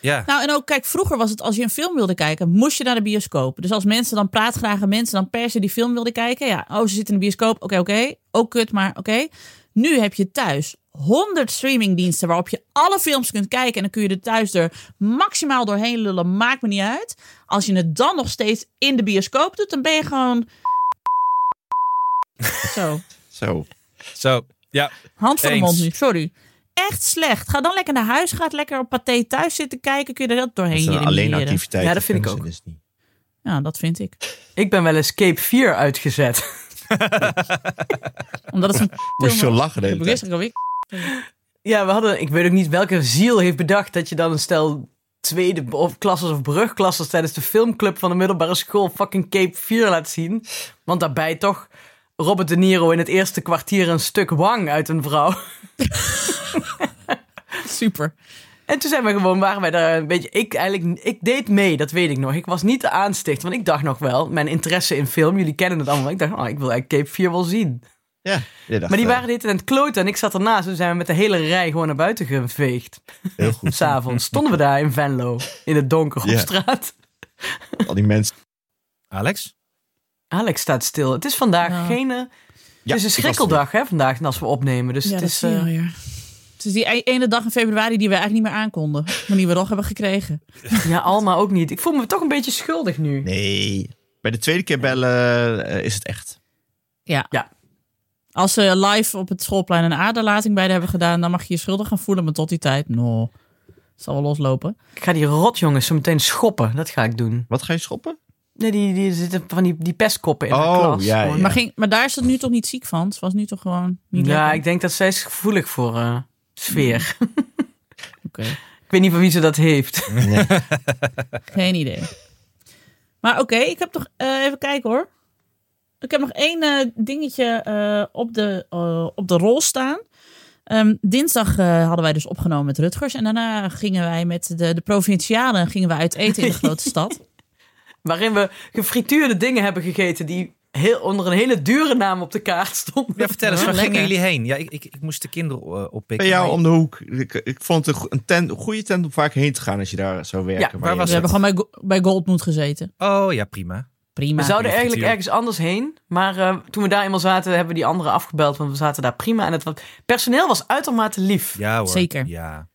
S2: Ja,
S3: Nou en ook kijk, vroeger was het als je een film wilde kijken, moest je naar de bioscoop. Dus als mensen dan praatgrage mensen dan per se die film wilden kijken. Ja, oh ze zitten in de bioscoop. Oké, oké. Ook kut, maar oké. Nu heb je thuis 100 streamingdiensten waarop je alle films kunt kijken. En dan kun je er thuis er maximaal doorheen lullen. Maakt me niet uit. Als je het dan nog steeds in de bioscoop doet, dan ben je gewoon. [LAUGHS] Zo.
S5: Zo.
S2: Zo, ja.
S3: Hand van de
S2: Eens.
S3: mond nu, sorry. Echt slecht. Ga dan lekker naar huis. Ga het lekker op paté thuis zitten kijken. Kun je er heel doorheen
S5: Dat is een
S3: jerimmeren.
S5: alleenactiviteit.
S4: Ja, dat vind ik
S5: kunnen
S4: ook.
S5: ze dus niet.
S3: Ja, dat vind ik.
S4: Ik ben wel eens Cape 4 uitgezet. [LAUGHS]
S3: Omdat het zo'n
S5: [LAUGHS] Moest je zo lachen de hele tijd.
S3: Ik
S4: Ja, we hadden, ik weet ook niet welke ziel heeft bedacht dat je dan een stel tweede of klasses of brugklasses tijdens de filmclub van de middelbare school fucking Cape 4 laat zien. Want daarbij toch Robert De Niro in het eerste kwartier een stuk wang uit een vrouw. [LAUGHS]
S3: Super.
S4: En toen zijn we gewoon, waren wij daar een beetje. Ik, eigenlijk, ik deed mee, dat weet ik nog. Ik was niet de aanstichter, want ik dacht nog wel, mijn interesse in film, jullie kennen het allemaal. Ik dacht, oh, ik wil eigenlijk Cape 4 wel zien.
S5: Ja, je dacht,
S4: Maar die
S5: eh,
S4: waren dit aan het kloten en ik zat ernaast. Toen zijn we met de hele rij gewoon naar buiten geveegd.
S5: heel goed. [LAUGHS]
S4: S'avonds stonden we daar in Venlo, in het donker op
S5: Ja.
S4: straat.
S5: Al die mensen.
S2: Alex?
S4: Alex staat stil. Het is vandaag
S3: Ja.
S4: geen... eh,
S5: Ja,
S4: het is een
S5: ik was er
S4: schrikkeldag hè, vandaag als we opnemen. Dus
S3: Ja,
S4: het
S3: dat
S4: is,
S3: zie je
S4: eh,
S3: alweer. Het is die e- ene dag in februari die we eigenlijk niet meer aankonden. Maar die we nog hebben gekregen.
S4: ja, Alma ook niet. Ik voel me toch een beetje schuldig nu.
S5: weer. Nee. Bij de tweede keer bellen eh, is het echt.
S3: Ja.
S4: Ja.
S3: Als ze live op het schoolplein een aderlating bij de hebben gedaan, dan mag je je schuldig gaan voelen. Maar tot die tijd, no. Zal wel loslopen.
S4: Ik ga die rotjongens zo meteen schoppen. Dat ga ik doen.
S5: Wat ga je schoppen?
S4: Nee, die, die zitten van die, die pestkoppen in
S5: Oh,
S4: de klas.
S5: ja,
S4: Gewoon.
S5: ja.
S3: Maar, ging, maar daar is het nu toch niet ziek van? Ze was nu toch gewoon niet
S4: Ja,
S3: lekker?
S4: ik denk dat zij is gevoelig voor eh, sfeer.
S3: Oké.
S4: Ik weet niet van wie ze dat heeft.
S3: Geen idee. Maar oké, ik heb nog... eh, even kijken hoor. Ik heb nog één eh, dingetje eh, op, de, eh, op de rol staan. Ehm, dinsdag eh, hadden wij dus opgenomen met Rutgers. En daarna gingen wij met de, de provincialen gingen we uit eten in de
S4: [LAUGHS]
S3: grote stad.
S4: Waarin we gefrituurde dingen hebben gegeten die heel, onder een hele dure naam op de kaart stonden.
S2: Ja, vertel eens,
S3: Ja,
S2: waar gingen
S3: lekker.
S2: jullie heen? Ja, ik, ik, ik moest de kinderen eh, oppikken.
S5: Bij jou
S2: maar-
S5: om de hoek. Ik, ik vond het een, go- een, tent, een goede tent om vaak heen te gaan als je daar zou werken.
S4: Ja,
S5: waar
S4: waar
S5: je-
S2: was
S3: We hebben gewoon bij, Go- bij Goldmoed gezeten.
S2: Oh ja, prima.
S3: Prima.
S4: We zouden
S2: die
S4: eigenlijk
S2: frituur.
S4: ergens anders heen. Maar eh, toen we daar eenmaal zaten, hebben we die anderen afgebeld. Want we zaten daar prima. En het wat- personeel was uitermate lief.
S2: Ja hoor.
S3: Zeker.
S2: Ja.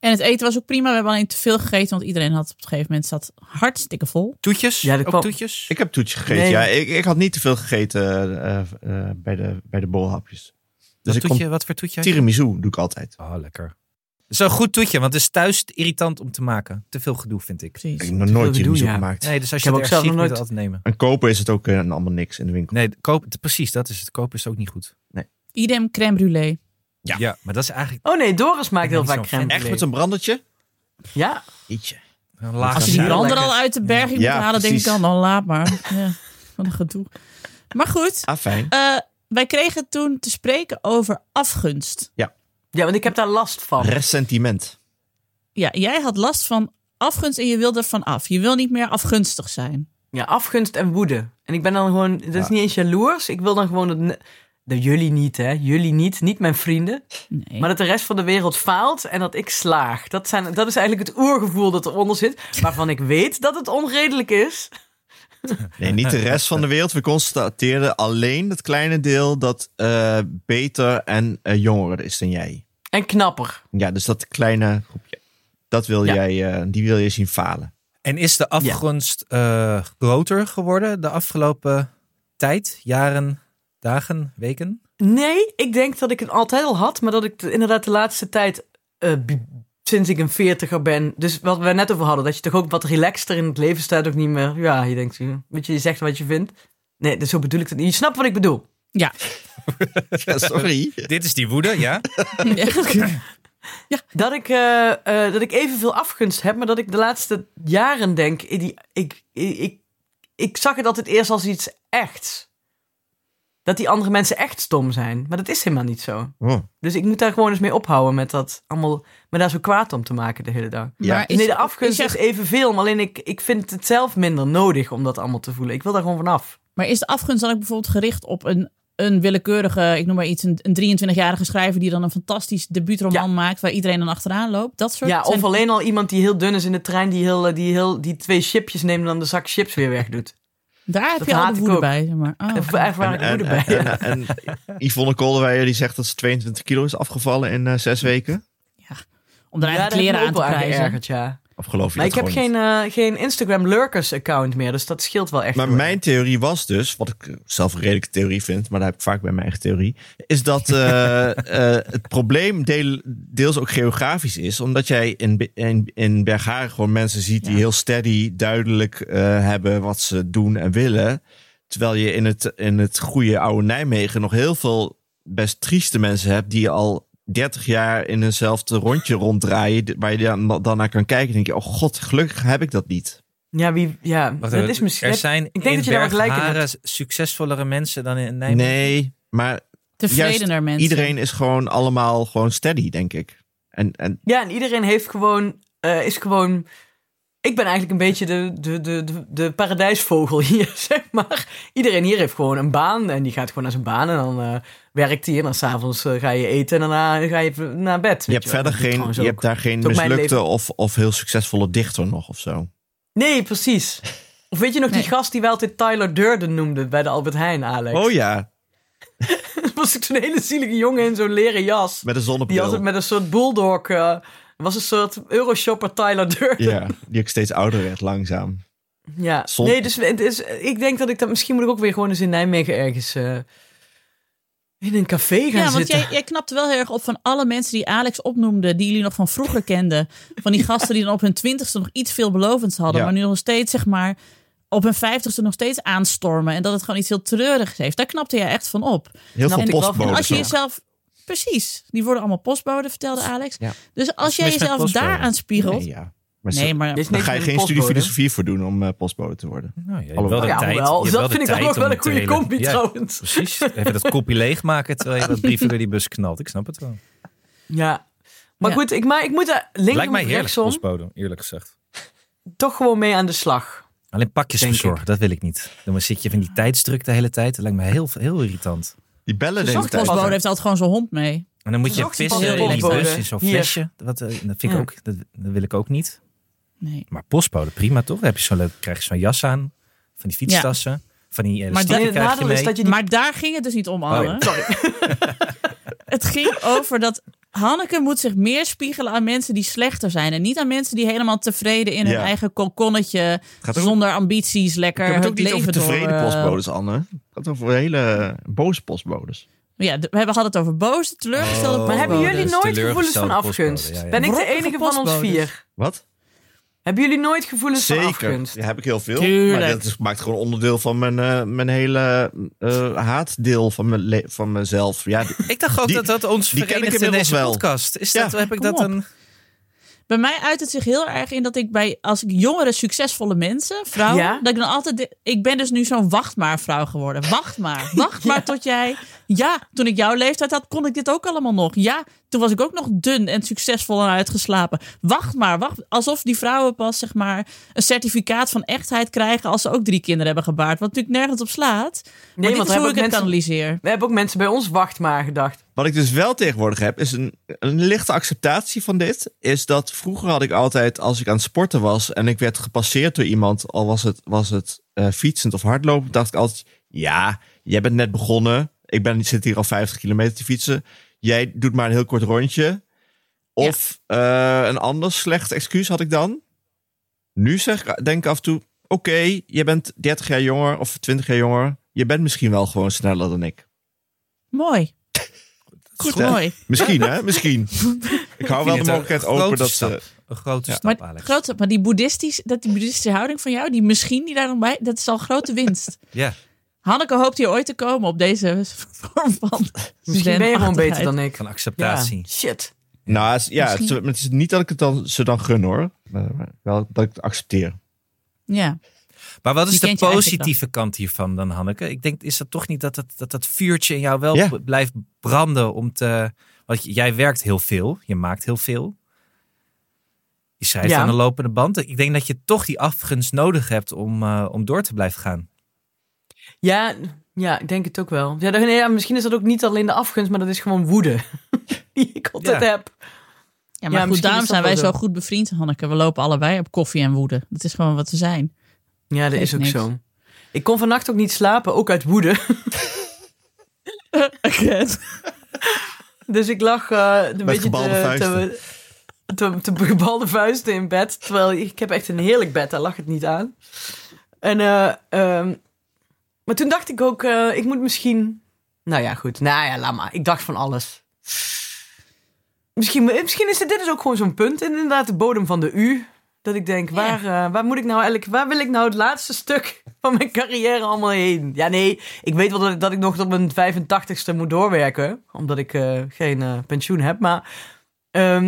S3: En het eten was ook prima. We hebben alleen te veel gegeten, want iedereen had op een gegeven moment zat hartstikke vol.
S2: Toetjes?
S4: Ja,
S2: Ja,
S4: dat
S2: ook
S4: kwam-
S2: toetjes?
S5: Ik heb toetje gegeten.
S4: Nee.
S5: Ja, ik, ik had niet te veel gegeten eh, eh, bij, de, bij de bolhapjes. Dus
S2: Wat
S5: ik
S2: toetje,
S5: kom
S2: wat voor toetje? had je?
S5: tiramisu doe ik altijd.
S2: Oh, lekker. Zo'n goed toetje, want het is thuis irritant om te maken. Te veel gedoe, vind ik.
S5: Ik
S3: Precies.
S5: heb nog
S4: Te veel
S5: nooit tiramisu
S4: gedoe, ja.
S5: gemaakt.
S2: Nee, dus als
S4: Ik
S2: je het
S4: heb ook
S2: erg
S4: zelf
S2: ziet, moet
S4: nog
S2: je het
S4: nooit-
S2: altijd nemen.
S5: En kopen is het ook eh, allemaal niks in de winkel.
S2: Nee, koop, precies, dat is het. Kopen is ook niet goed.
S3: Idem crème brûlée.
S2: Ja. maar dat is eigenlijk
S4: Oh nee, Doris maakt
S2: Ik
S4: heel
S2: ben
S4: vaak
S2: niet zo'n
S4: crème.
S5: Echt met
S4: brûlée.
S5: een brandertje?
S4: Ja,
S5: Ietsje.
S2: een laag
S4: Als
S3: Als je die
S4: Ja,
S3: brander
S4: lekker.
S3: al uit de berging moet
S5: Ja,
S3: halen, denk ik
S5: precies.
S3: dan, dan laat maar. Ja, wat een gedoe. Maar goed,
S5: Ah, fijn.
S3: eh, wij kregen toen te spreken over afgunst.
S4: ja, want ik heb daar last van.
S5: [LAUGHS] Ressentiment.
S3: Ja, jij had last van afgunst en je wilde ervan af. Je wil niet meer afgunstig
S4: [LAUGHS]
S3: zijn.
S4: Ja, afgunst en woede. En ik ben dan gewoon, dat is niet eens jaloers. Ik wil dan gewoon dat, ne- dat jullie niet, hè? Jullie niet, niet mijn vrienden.
S3: Nee.
S4: Maar dat de rest van de wereld faalt en dat ik slaag. Dat, zijn, dat is eigenlijk het oergevoel dat eronder zit. Waarvan ik weet dat het onredelijk is.
S5: Nee, niet de rest van de wereld. We constateerden alleen dat kleine deel dat eh, beter en eh, jonger is dan jij.
S4: En knapper.
S5: Ja, dus dat kleine groepje. Dat wil
S4: Ja.
S5: jij, eh, die wil je zien [LAUGHS] falen.
S2: En is de afgunst eh, groter geworden de afgelopen tijd, jaren, dagen, weken?
S4: Nee, ik denk dat ik het altijd al had, maar dat ik het inderdaad de laatste tijd, eh, b- sinds ik een veertiger ben, dus wat we net over hadden, dat je toch ook wat relaxter in het leven staat, ook niet meer, ja, je denkt, hm, weet je, je zegt wat je vindt. Nee, dus zo bedoel ik het niet. Je snapt wat ik bedoel.
S3: Ja.
S5: Ja, sorry.
S2: Dit is die woede,
S4: [LAUGHS]
S2: ja?
S4: Dat ik, eh, eh, dat ik evenveel afgunst heb, maar dat ik de laatste jaren denk, eh, die, ik, ik, ik, ik zag het altijd eerst als iets echts. Dat die andere mensen echt stom zijn, maar dat is helemaal niet zo.
S5: Oh,
S4: Dus ik moet daar gewoon eens mee ophouden met dat allemaal, me daar zo kwaad om te maken de hele dag.
S5: Ja.
S3: Maar is-
S4: nee, de afgunst
S3: is
S4: is,
S3: er-
S4: evenveel, maar alleen ik, ik vind het zelf minder nodig om dat allemaal te voelen. Ik wil daar gewoon vanaf.
S3: Maar is de afgunst dan ook bijvoorbeeld gericht op een, een willekeurige, ik noem maar iets, een, een 23-jarige schrijver die dan een fantastisch debuutroman
S4: Ja.
S3: maakt waar iedereen dan achteraan loopt? Dat soort
S4: Ja,
S3: zijn-
S4: of alleen al iemand die heel dun is in de trein, die, heel, eh, die, heel, die twee chipjes neemt en dan de zak chips weer wegdoet.
S3: Daar heb
S4: Dat
S3: je al
S4: haat
S3: de
S4: ik
S3: woede
S4: ook.
S3: bij, zeg maar. Ah,
S4: Even ervaren ik
S5: En,
S4: moeder bij. ja.
S5: en, en, en Yvonne Kolderweijer die zegt dat ze 22 kilo is afgevallen in eh, zes weken.
S3: om daar eigen
S4: Ja, daar heb ik
S3: kleren
S4: me
S3: aan
S4: ook
S3: te
S4: wel aan
S3: prijzen.
S4: geërgerd, ja.
S5: Of geloof je
S4: Maar ik
S5: dat
S4: heb
S5: gewoon
S4: geen, eh,
S5: niet?
S4: geen Instagram lurkers account meer, dus dat scheelt wel echt.
S5: Maar
S4: hoor.
S5: mijn theorie was dus, wat ik eh, zelf een redelijke theorie vind, maar daar heb ik vaak bij mijn eigen theorie, is dat eh, eh, het probleem deel- deels ook geografisch is. Omdat jij in, Be- in, in Bergharen gewoon mensen ziet die
S3: Ja.
S5: heel steady, duidelijk eh, hebben wat ze doen en willen. Terwijl je in het, in het goede oude Nijmegen nog heel veel best trieste mensen hebt die al 30 jaar in eenzelfde rondje ronddraaien, d- waar je dan, dan naar kan kijken en denk je, oh god, gelukkig heb ik dat niet.
S4: Ja, wie, ja
S2: Wacht
S4: dat
S2: even,
S4: is misschien.
S2: er zijn
S4: denk
S2: in
S4: dat je daar wat gelijk in
S2: Bergharen succesvollere mensen dan in Nijmegen.
S5: Nee, maar
S3: Tevredener mensen.
S5: Iedereen is gewoon allemaal gewoon steady, denk ik. En, en
S4: Ja, en iedereen heeft gewoon, eh, is gewoon. Ik ben eigenlijk een beetje de, de, de, de, de paradijsvogel [LAUGHS] hier, zeg maar. Iedereen hier heeft gewoon een baan en die gaat gewoon naar zijn baan en dan eh, werkt hij en dan s'avonds avonds eh, ga je eten en daarna ga je even naar bed.
S5: je hebt verder geen, je hebt daar geen
S4: is ook mijn
S5: mislukte
S4: leven.
S5: of, of heel succesvolle dichter nog of zo.
S4: Nee, precies. Of weet je nog
S3: Nee.
S4: die gast die wel altijd Tyler Durden noemde bij de Albert Heijn, Alex?
S5: Oh ja,
S4: Dat [LAUGHS] was ik zo'n hele zielige jongen in zo'n leren jas.
S5: met een
S4: Die
S5: zonnebril.
S4: altijd met een soort bulldog... eh, was een soort euroshopper Tyler Durden.
S5: Ja, die ook steeds ouder werd langzaam.
S4: [LAUGHS] Ja,
S5: Zon-
S4: nee, dus, het is ik denk dat ik dat... Misschien moet ik ook weer gewoon eens in Nijmegen ergens... eh, in een café gaan
S3: Ja, want
S4: zitten.
S3: jij, jij knapt wel heel erg op van alle mensen die Alex opnoemde, die jullie nog van vroeger kenden. Van die gasten die dan op hun twintigste nog iets veelbelovends hadden,
S5: Ja.
S3: maar nu nog steeds, zeg maar, op hun vijftigste nog steeds aanstormen. En dat het gewoon iets heel treurigs heeft. Daar knapte jij echt van op.
S5: Heel
S4: Snap
S5: veel
S4: ik wel.
S3: En
S5: postbodes.
S3: als je
S5: ook.
S3: jezelf. Precies, die worden allemaal postboden, vertelde Alex.
S5: Ja.
S3: Dus
S2: Dat
S3: als
S2: is
S3: jij
S2: mis met
S3: jezelf
S2: postboden.
S3: daaraan spiegelt.
S5: Nee, ja. Maar ze-
S3: Nee, maar
S4: Dit is
S5: dan
S4: niks
S5: ga je
S4: met een
S5: geen studie
S4: postbode.
S5: filosofie voor doen om eh, postbode te worden.
S2: Nou, je hebt
S5: Allemaal.
S2: wel de
S4: Ja,
S2: tijd.
S4: hoewel,
S2: je hebt
S4: dat
S2: de
S4: vind ik dan
S2: tijd
S4: ook wel
S2: om
S4: een
S2: te
S4: goede
S2: rela-
S4: combi
S2: Ja,
S4: trouwens.
S2: Precies. Even dat kopje leegmaken terwijl
S4: [LAUGHS]
S2: je dat briefje door die bus knalt. Ik snap het wel.
S4: Ja. Maar
S3: Ja.
S4: goed, ik, maar ik moet eh, daar
S2: Lijkt
S4: linksom
S2: mij
S4: of
S2: heerlijk,
S4: rechtsom
S2: postbode, eerlijk gezegd.
S4: toch gewoon mee aan de slag.
S2: Alleen pakjes
S4: Denk
S2: bezorgen, dat wil ik niet. Dan zit je van die tijdsdruk de hele tijd. Dat lijkt me heel, heel irritant.
S5: Die bellen
S4: Ze
S5: de hele
S4: zocht
S5: tijd.
S4: postbode.
S3: postbode heeft altijd gewoon zijn hond mee.
S2: En dan moet je
S4: Zo'n
S2: pissen
S3: postbode.
S2: in die bus, in zo'n
S4: Hier.
S2: flesje. Dat, eh, dat vind ik
S4: Ja.
S2: ook, dat, dat wil ik ook niet.
S3: Nee.
S2: Maar postbode, prima toch? Dan heb je zo'n leuk, krijg je zo'n jas aan. Van die fietstassen. Van die
S4: Alleen
S2: elastieken
S4: het
S2: krijg je
S4: nadeel
S2: mee. Oh,
S4: is dat je die...
S3: Maar daar ging het dus niet
S5: Oh,
S3: om, Anne.
S2: ja.
S3: het ging over dat Hanneke moet zich meer spiegelen aan mensen die slechter zijn. En niet aan mensen die helemaal tevreden in
S5: Ja.
S3: hun eigen kokonnetje,
S5: Gaat ook-
S3: zonder ambities, lekker
S5: Ik heb het ook
S3: het
S5: niet
S3: leven
S5: over tevreden
S3: door, eh,
S5: postbodes, Anne. Het gaat over hele boze postbodes.
S3: Ja, d- we hebben hadden het over boze, teleurgestelde
S2: Oh.
S4: Maar hebben
S3: postbodes.
S4: jullie
S2: dus
S4: nooit
S2: teleurgestelde
S4: gevoelens van
S2: postbode,
S4: afgunst?
S2: ja, ja.
S4: Ben ik de
S3: Brokkige
S4: enige van ons
S3: postbodes.
S4: vier?
S5: Wat?
S4: Hebben jullie nooit gevoelens van
S5: Zeker.
S4: afgunst?
S5: Ja, heb ik heel veel.
S3: Tuurlijk.
S5: Maar dat is, maakt gewoon onderdeel van mijn, eh, mijn hele eh, haatdeel van, mijn le- van mezelf. Ja, d-
S2: Ik dacht ook
S5: Die-
S2: dat dat ons
S5: die ken ik
S2: verenigt in
S5: inmiddels
S2: deze
S5: wel.
S2: podcast. Is
S5: Ja,
S2: dat, heb ik
S3: kom
S2: dat
S3: op.
S5: Oh,
S2: een...
S3: Bij mij uit het zich heel erg in dat ik bij, als ik jongere succesvolle mensen, vrouwen,
S4: Ja?
S3: dat ik dan altijd, de- ik ben dus nu zo'n wacht maar vrouw geworden. Wacht
S4: [LAUGHS]
S3: maar, wacht maar tot jij, ja, toen ik jouw leeftijd had, kon ik dit ook allemaal nog. Ja, toen was ik ook nog dun en succesvol en uitgeslapen. Wacht maar, wacht, alsof die vrouwen pas, zeg maar, een certificaat van echtheid krijgen als ze ook drie kinderen hebben gebaard, wat natuurlijk nergens op slaat. Maar dit
S4: want daar
S3: is hoe
S4: hebben
S3: ik
S4: ook
S3: het
S4: mensen-
S3: analyseer.
S4: We hebben ook mensen bij ons wacht maar gedacht.
S5: Wat ik dus wel tegenwoordig heb, is een, een lichte acceptatie van dit. Is dat vroeger had ik altijd, als ik aan het sporten was en ik werd gepasseerd door iemand, al was het, was het eh, fietsend of hardlopen, dacht ik altijd: ja, jij bent net begonnen. Ik ben, zit hier al 50 kilometer te fietsen. Jij doet maar een heel kort rondje. Of eh, een ander slecht excuus had ik dan. Nu zeg ik, denk ik af en toe: oké, je bent 30 jaar jonger of 20 jaar jonger. Je bent misschien wel gewoon sneller dan ik.
S3: Mooi. Goed,
S5: Stel-
S3: mooi.
S5: Misschien, hè? Misschien. Ik hou wel de mogelijkheid open dat eh, ze...
S2: Een grote
S5: Ja.
S2: stap,
S3: Maar,
S2: Alex.
S3: grote, maar die, boeddhistisch, dat, die boeddhistische houding van jou, die misschien die daar nog bij, dat is al grote
S4: [LAUGHS]
S3: winst.
S2: Ja.
S3: Hanneke hoopt hier ooit te komen op deze vorm van.
S4: [LAUGHS] Misschien ben je gewoon beter dan ik.
S2: Van
S4: Ja.
S2: acceptatie.
S4: Shit.
S5: Nou, het is- ja, het, is-
S3: Misschien.
S5: maar het is niet dat ik het dan, ze dan gun, hoor. Maar maar wel dat ik het accepteer.
S3: Ja.
S2: Maar wat is
S3: Die
S2: de
S3: kent je eigenlijk
S2: positieve kant hiervan dan, Hanneke? Ik denk, is dat toch niet dat dat, dat, dat vuurtje in jou wel
S5: Ja.
S2: b- blijft branden om te... Want j- jij werkt heel veel. Je maakt heel veel. Je schrijft
S4: Ja.
S2: aan de lopende band. Ik denk dat je toch die afgunst nodig hebt om, eh, om door te blijven gaan.
S4: Ja, ja, ik denk het ook wel. Ja, dan- nee, ja, misschien is dat ook niet alleen de afgunst, maar dat is gewoon woede. [LAUGHS] Die ik altijd
S2: Ja.
S4: heb.
S3: ja, maar goed,
S4: misschien
S3: daarom
S4: is dat
S3: zijn wij
S4: wel
S3: zo
S4: zo.
S3: goed bevriend, Hanneke. We lopen allebei op koffie en woede. Dat is gewoon wat we zijn.
S4: Ja, dat
S3: Geeft
S4: is ook
S3: niks.
S4: zo. Ik kon vannacht ook niet slapen, ook uit woede.
S3: Again.
S4: Dus ik lag eh, een beetje
S5: gebalde
S4: te,
S5: vuisten.
S4: te, te, te gebalde vuisten in bed. Terwijl ik heb echt een heerlijk bed, daar lag het niet aan. En, eh, ehm, maar toen dacht ik ook, eh, ik moet misschien... Nou ja, goed. Nou ja, laat maar. Ik dacht van alles. Misschien, misschien is dit, dit is ook gewoon zo'n punt. En inderdaad, de bodem van de U. Dat ik denk, waar, eh, waar moet ik nou eigenlijk... Waar wil ik nou het laatste stuk [LAUGHS] van mijn carrière allemaal heen? Ja, nee. Ik weet wel dat, ik- dat ik nog tot mijn 85ste moet doorwerken. Omdat ik eh, geen eh, pensioen heb. Maar, ehm,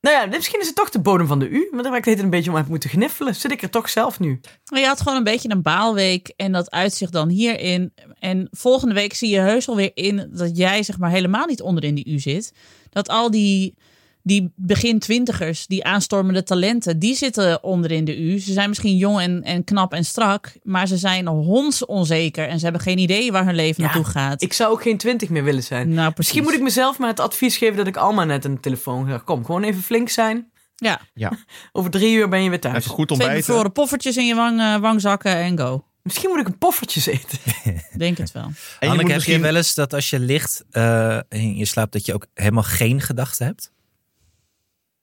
S4: nou ja, misschien is het toch de bodem van de U. Want daar heb ik het een beetje om heb moeten gniffelen. Zit ik er toch zelf nu?
S3: Maar je had gewoon een beetje een baalweek en dat uitzicht dan hierin. En volgende week zie je heus alweer in dat jij zeg maar helemaal niet onderin die U zit. Dat al die, die begin twintigers, die aanstormende talenten, die zitten onderin de U. Ze zijn misschien jong en, en knap en strak, maar ze zijn honds onzeker en ze hebben geen idee waar hun leven
S4: Ja,
S3: naartoe gaat.
S4: Ik zou ook geen twintig meer willen zijn.
S3: nou, precies.
S4: Misschien moet ik mezelf maar het advies geven dat ik Alma net aan de telefoon zeg. Kom, gewoon even flink zijn.
S3: Ja,
S5: Ja,
S4: Over drie uur ben je weer thuis.
S5: even goed
S3: twee
S5: ontbijten.
S3: bevroren poffertjes in je wang, eh, wangzakken en go.
S4: Misschien moet ik een poffertjes eten.
S3: Denk het
S4: [LAUGHS]
S3: wel.
S5: En je
S2: Hanneke,
S5: moet
S2: heb
S5: misschien
S2: je wel eens dat als je ligt eh, in je slaapt, dat je ook helemaal geen gedachten hebt?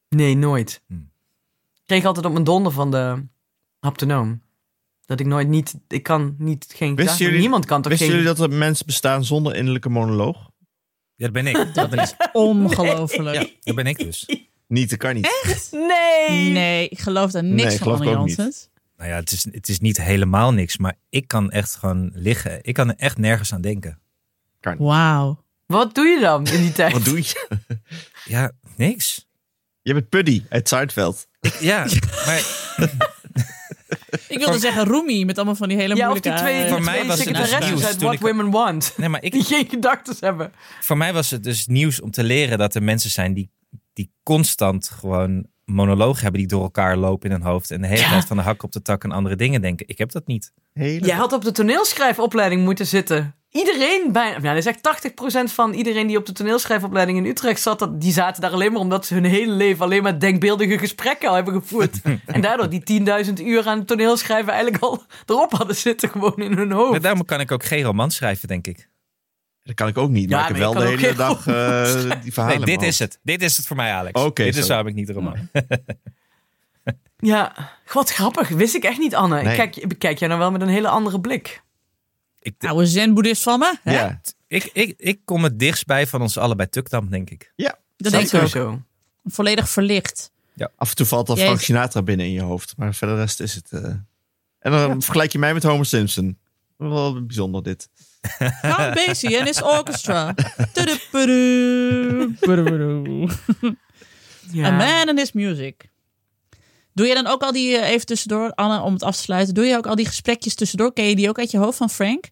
S4: Nee, nooit.
S2: Hm.
S4: Ik kreeg altijd op mijn donder van de haptonoom. Dat ik nooit niet... Ik kan niet... Geen,
S5: Wisten
S4: ja,
S5: jullie-
S4: niemand kan toch
S5: Wisten
S4: geen...
S5: jullie dat er mensen bestaan zonder innerlijke monoloog?
S2: Ja, dat ben ik. [LAUGHS] Dat ben ik,
S3: Ongelooflijk.
S2: dat ben ik dus.
S5: Niet, dat kan niet.
S4: Nee!
S3: Nee, ik geloof daar niks
S5: Nee, ik
S3: van,
S5: geloof
S3: Anne
S5: ik ook niet.
S3: Janssens.
S2: Nou ja, het is, het is niet helemaal niks, maar ik kan echt gewoon liggen. Ik kan er echt nergens aan denken.
S3: Wauw.
S4: Wat doe je dan in die tijd?
S5: Wat doe je?
S2: Ja, niks.
S5: Je bent Puddy uit Zuidveld.
S2: Ja, maar
S3: Ik wilde zeggen Roemie met allemaal van die hele
S4: Ja, of
S3: moeilijke...
S4: die twee, die
S2: Voor
S3: eh,
S2: mij
S4: twee
S2: was het dus
S4: secretaresses
S2: nieuws
S4: uit
S2: toen
S4: What
S2: ik-
S4: Women Want. [LAUGHS]
S2: nee, maar ik,
S4: Die geen gedachten hebben.
S2: voor mij was het dus nieuws om te leren dat er mensen zijn die, die constant gewoon monologen hebben die door elkaar lopen in hun hoofd en de hele
S4: Ja.
S2: tijd van de hak op de tak en andere dingen denken. Ik heb dat niet.
S5: Hele...
S4: Jij had op de toneelschrijfopleiding moeten zitten. Iedereen bijna, nou, dat is echt 80% van iedereen die op de toneelschrijfopleiding in Utrecht zat, dat, die zaten daar alleen maar omdat ze hun hele leven alleen maar denkbeeldige gesprekken al hebben gevoerd. en daardoor die 10.000 uur aan het toneelschrijven eigenlijk al [LAUGHS] erop hadden zitten, gewoon in hun
S2: Maar
S4: hoofd.
S2: daarom kan ik ook geen roman schrijven, denk ik.
S5: Dat kan ik ook niet, maar
S4: Ja,
S5: ik heb
S4: maar
S5: wel
S4: je
S5: de
S4: kan
S5: hele
S4: ook
S5: dag
S4: heel
S5: eh, die verhalen.
S2: Nee,
S5: in
S2: dit
S5: mijn
S2: is het. Dit is het voor mij, Alex.
S5: Oké,
S2: dit is
S5: zo.
S2: waarom ik niet roman.
S4: Ja, wat grappig, wist ik echt niet, Anne.
S5: Nee.
S4: Kijk, ik bekijk jij nou wel met een hele andere blik.
S2: Ik,
S3: Oude zen-boeddhist van me.
S5: hoofd.
S3: Hè?
S5: Ja,
S2: ik, ik, ik kom het dichtst bij van ons allebei Tukdam, denk ik.
S3: Dat denk ik ook.
S4: zo.
S3: Volledig verlicht.
S5: af en toe valt al
S3: Jezus.
S5: Frank Sinatra binnen in je hoofd, maar verder de rest is het. eh. En dan vergelijk je mij met Homer Simpson. Wel bijzonder dit.
S3: Count
S2: [LAUGHS]
S3: Basie en his orchestra. Tudupudu, pudupudu.
S4: Ja.
S3: A man and his music. Doe je dan ook al die, eh, even tussendoor, Anne, om het af te sluiten. Doe je ook al die gesprekjes tussendoor? Ken je die ook uit je hoofd van Frank?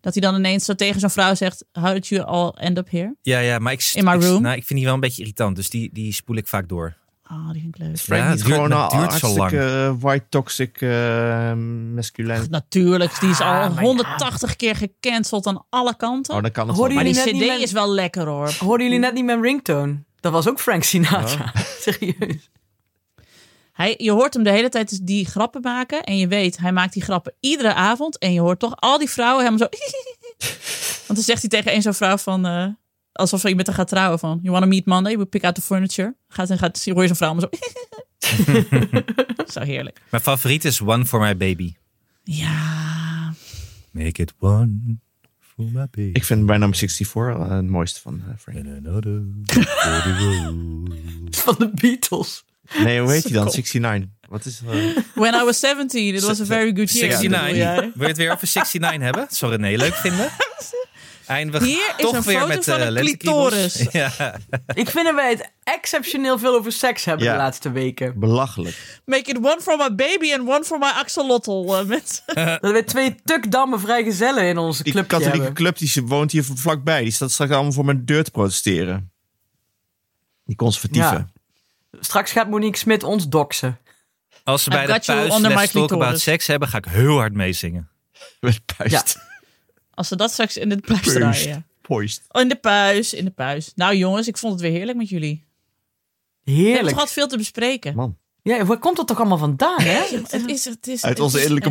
S3: Dat hij dan ineens zo tegen zo'n vrouw zegt, how did you all end up here?
S2: Ja, ja, maar ik,
S3: In my
S2: ik-
S3: room?
S2: nou, ik vind die wel een beetje irritant, dus die, die spoel ik vaak door.
S3: Ah, die vind ik leuk.
S5: Is Frank
S2: Ja,
S5: niet
S2: het duurt-
S5: gewoon
S2: het
S5: al
S2: duurt zo lang.
S5: hartstikke eh, white toxic eh masculine?
S3: Natuurlijk, die is al
S4: Ah, maar ja.
S3: 180 keer gecanceld aan alle kanten.
S5: Oh, dan kan het
S4: Hoorde
S5: wel.
S3: Maar die
S4: Jullie net
S3: cd
S4: niet met-
S3: is wel lekker hoor.
S4: Hoorden jullie net niet mijn ringtone? Dat was ook Frank Sinatra. [LAUGHS] Serieus.
S3: Hij, je hoort hem de hele tijd dus die grappen maken. En je weet, hij maakt die grappen iedere avond. En je hoort toch al die vrouwen helemaal zo... [LAUGHS] Want dan zegt hij tegen een zo'n vrouw van... eh, alsof je met haar gaat trouwen van... You wanna meet Monday? We pick out the furniture. Gaat en gaat, hoor je zo'n vrouw maar zo... [LAUGHS] zo heerlijk.
S2: Mijn favoriet is One for My Baby.
S3: Ja,
S2: Make it one for my baby.
S5: Ik vind bijna 64 al, eh, het mooiste van eh, Frank.
S2: And another for the road.
S4: Van de Beatles.
S5: Nee, hoe heet hij dan? 69. Wat is er? eh?
S3: When I was 17, it was a very good year.
S2: 69.
S3: bedoel jij?
S2: Wil je het weer over 69 hebben? Zou René leuk
S3: [LAUGHS]
S2: vinden? Eindigen we
S3: Hier is
S2: toch
S3: een
S2: weer
S3: foto
S2: met
S3: van
S2: eh,
S3: een
S2: lentekriebels.
S3: clitoris.
S2: [LAUGHS] Ja.
S4: Ik vind dat wij het exceptioneel veel over seks hebben
S5: Ja.
S4: de laatste weken.
S5: Belachelijk.
S3: [LAUGHS] Make it one for my baby and one for my axolotl. eh, mensen.
S4: Dat wij twee tukdammen vrijgezellen in onze
S5: Die
S4: club
S5: katholieke
S4: hebben.
S5: club die ze- woont hier vlakbij. Die staat straks allemaal voor mijn deur te protesteren. Die conservatieven.
S4: Straks gaat Monique Smit ons doxen.
S2: Als ze
S3: I've
S2: bij de
S3: got you
S2: puist
S3: under my
S2: Let's Talk About
S3: clitoris.
S2: Sex hebben, ga ik heel hard meezingen.
S5: [LAUGHS] Met puist.
S3: Als ze dat straks in de puist
S5: Puist.
S3: draaien.
S5: Puist.
S3: Oh, in de puis, in de puis. Nou jongens, ik vond het weer heerlijk met jullie. We hebben
S4: Heerlijk.
S3: toch altijd veel te bespreken.
S5: Man.
S4: Ja, waar komt dat toch allemaal vandaan, hè?
S3: Het is, het is,
S5: Uit onze innerlijke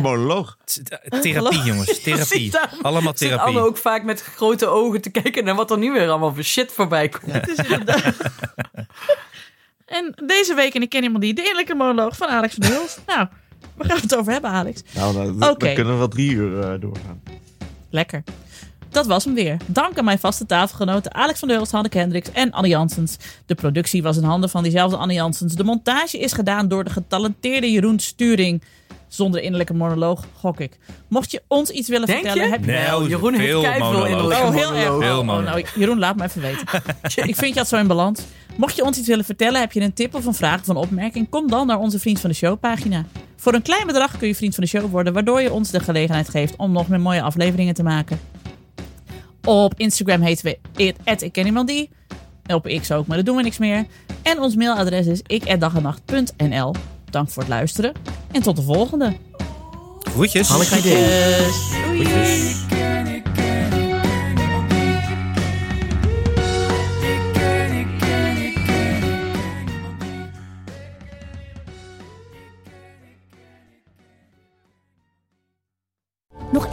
S3: [LAUGHS]
S5: monoloog.
S3: geloof-
S2: Therapie, jongens. Therapie.
S3: [LAUGHS]
S4: precies, daarom
S2: Allemaal
S4: Zit Anne
S2: therapie.
S4: ook vaak met grote ogen te kijken naar wat er nu weer allemaal voor shit voorbij komt.
S3: En deze week in de Ken Iemand Die, de innerlijke monoloog van Alex van der
S5: [LAUGHS]
S3: Hulst. nou, we gaan het over hebben, Alex.
S5: Nou, dan,
S3: Oké.
S5: dan kunnen we wel drie uur eh, doorgaan.
S3: Lekker. Dat was hem weer. Dank aan mijn vaste tafelgenoten Alex van der Hulst, Hanneke Hendricks en Anne Jansens. De productie was in handen van diezelfde Anne Jansens. De montage is gedaan door de getalenteerde Jeroen Sturing. Zonder innerlijke monoloog, gok ik. Mocht je ons iets willen
S4: Denk
S3: vertellen,
S4: je?
S3: heb je...
S2: Nee, oh,
S4: Nou, Jeroen heeft
S2: veel
S4: keiveel
S2: monoloog.
S4: innerlijke
S3: Oh, heel erg.
S4: monoloog.
S2: Heel
S3: Oh,
S2: mooi.
S3: nou, ik- Jeroen, laat me even weten. ik vind je dat zo in balans. Mocht je ons iets willen vertellen, heb je een tip of een vraag of een opmerking, kom dan naar onze Vriend van de Show pagina. Voor een klein bedrag kun je Vriend van de Show worden, waardoor je ons de gelegenheid geeft om nog meer mooie afleveringen te maken. Op Instagram heten we it, ik ken iemand die. Op X ook, maar dat doen we niks meer. En ons mailadres is ik@dagennacht.nl. Dank voor het luisteren en tot de volgende.
S2: Groetjes.
S4: Hanneke idee.
S1: Nog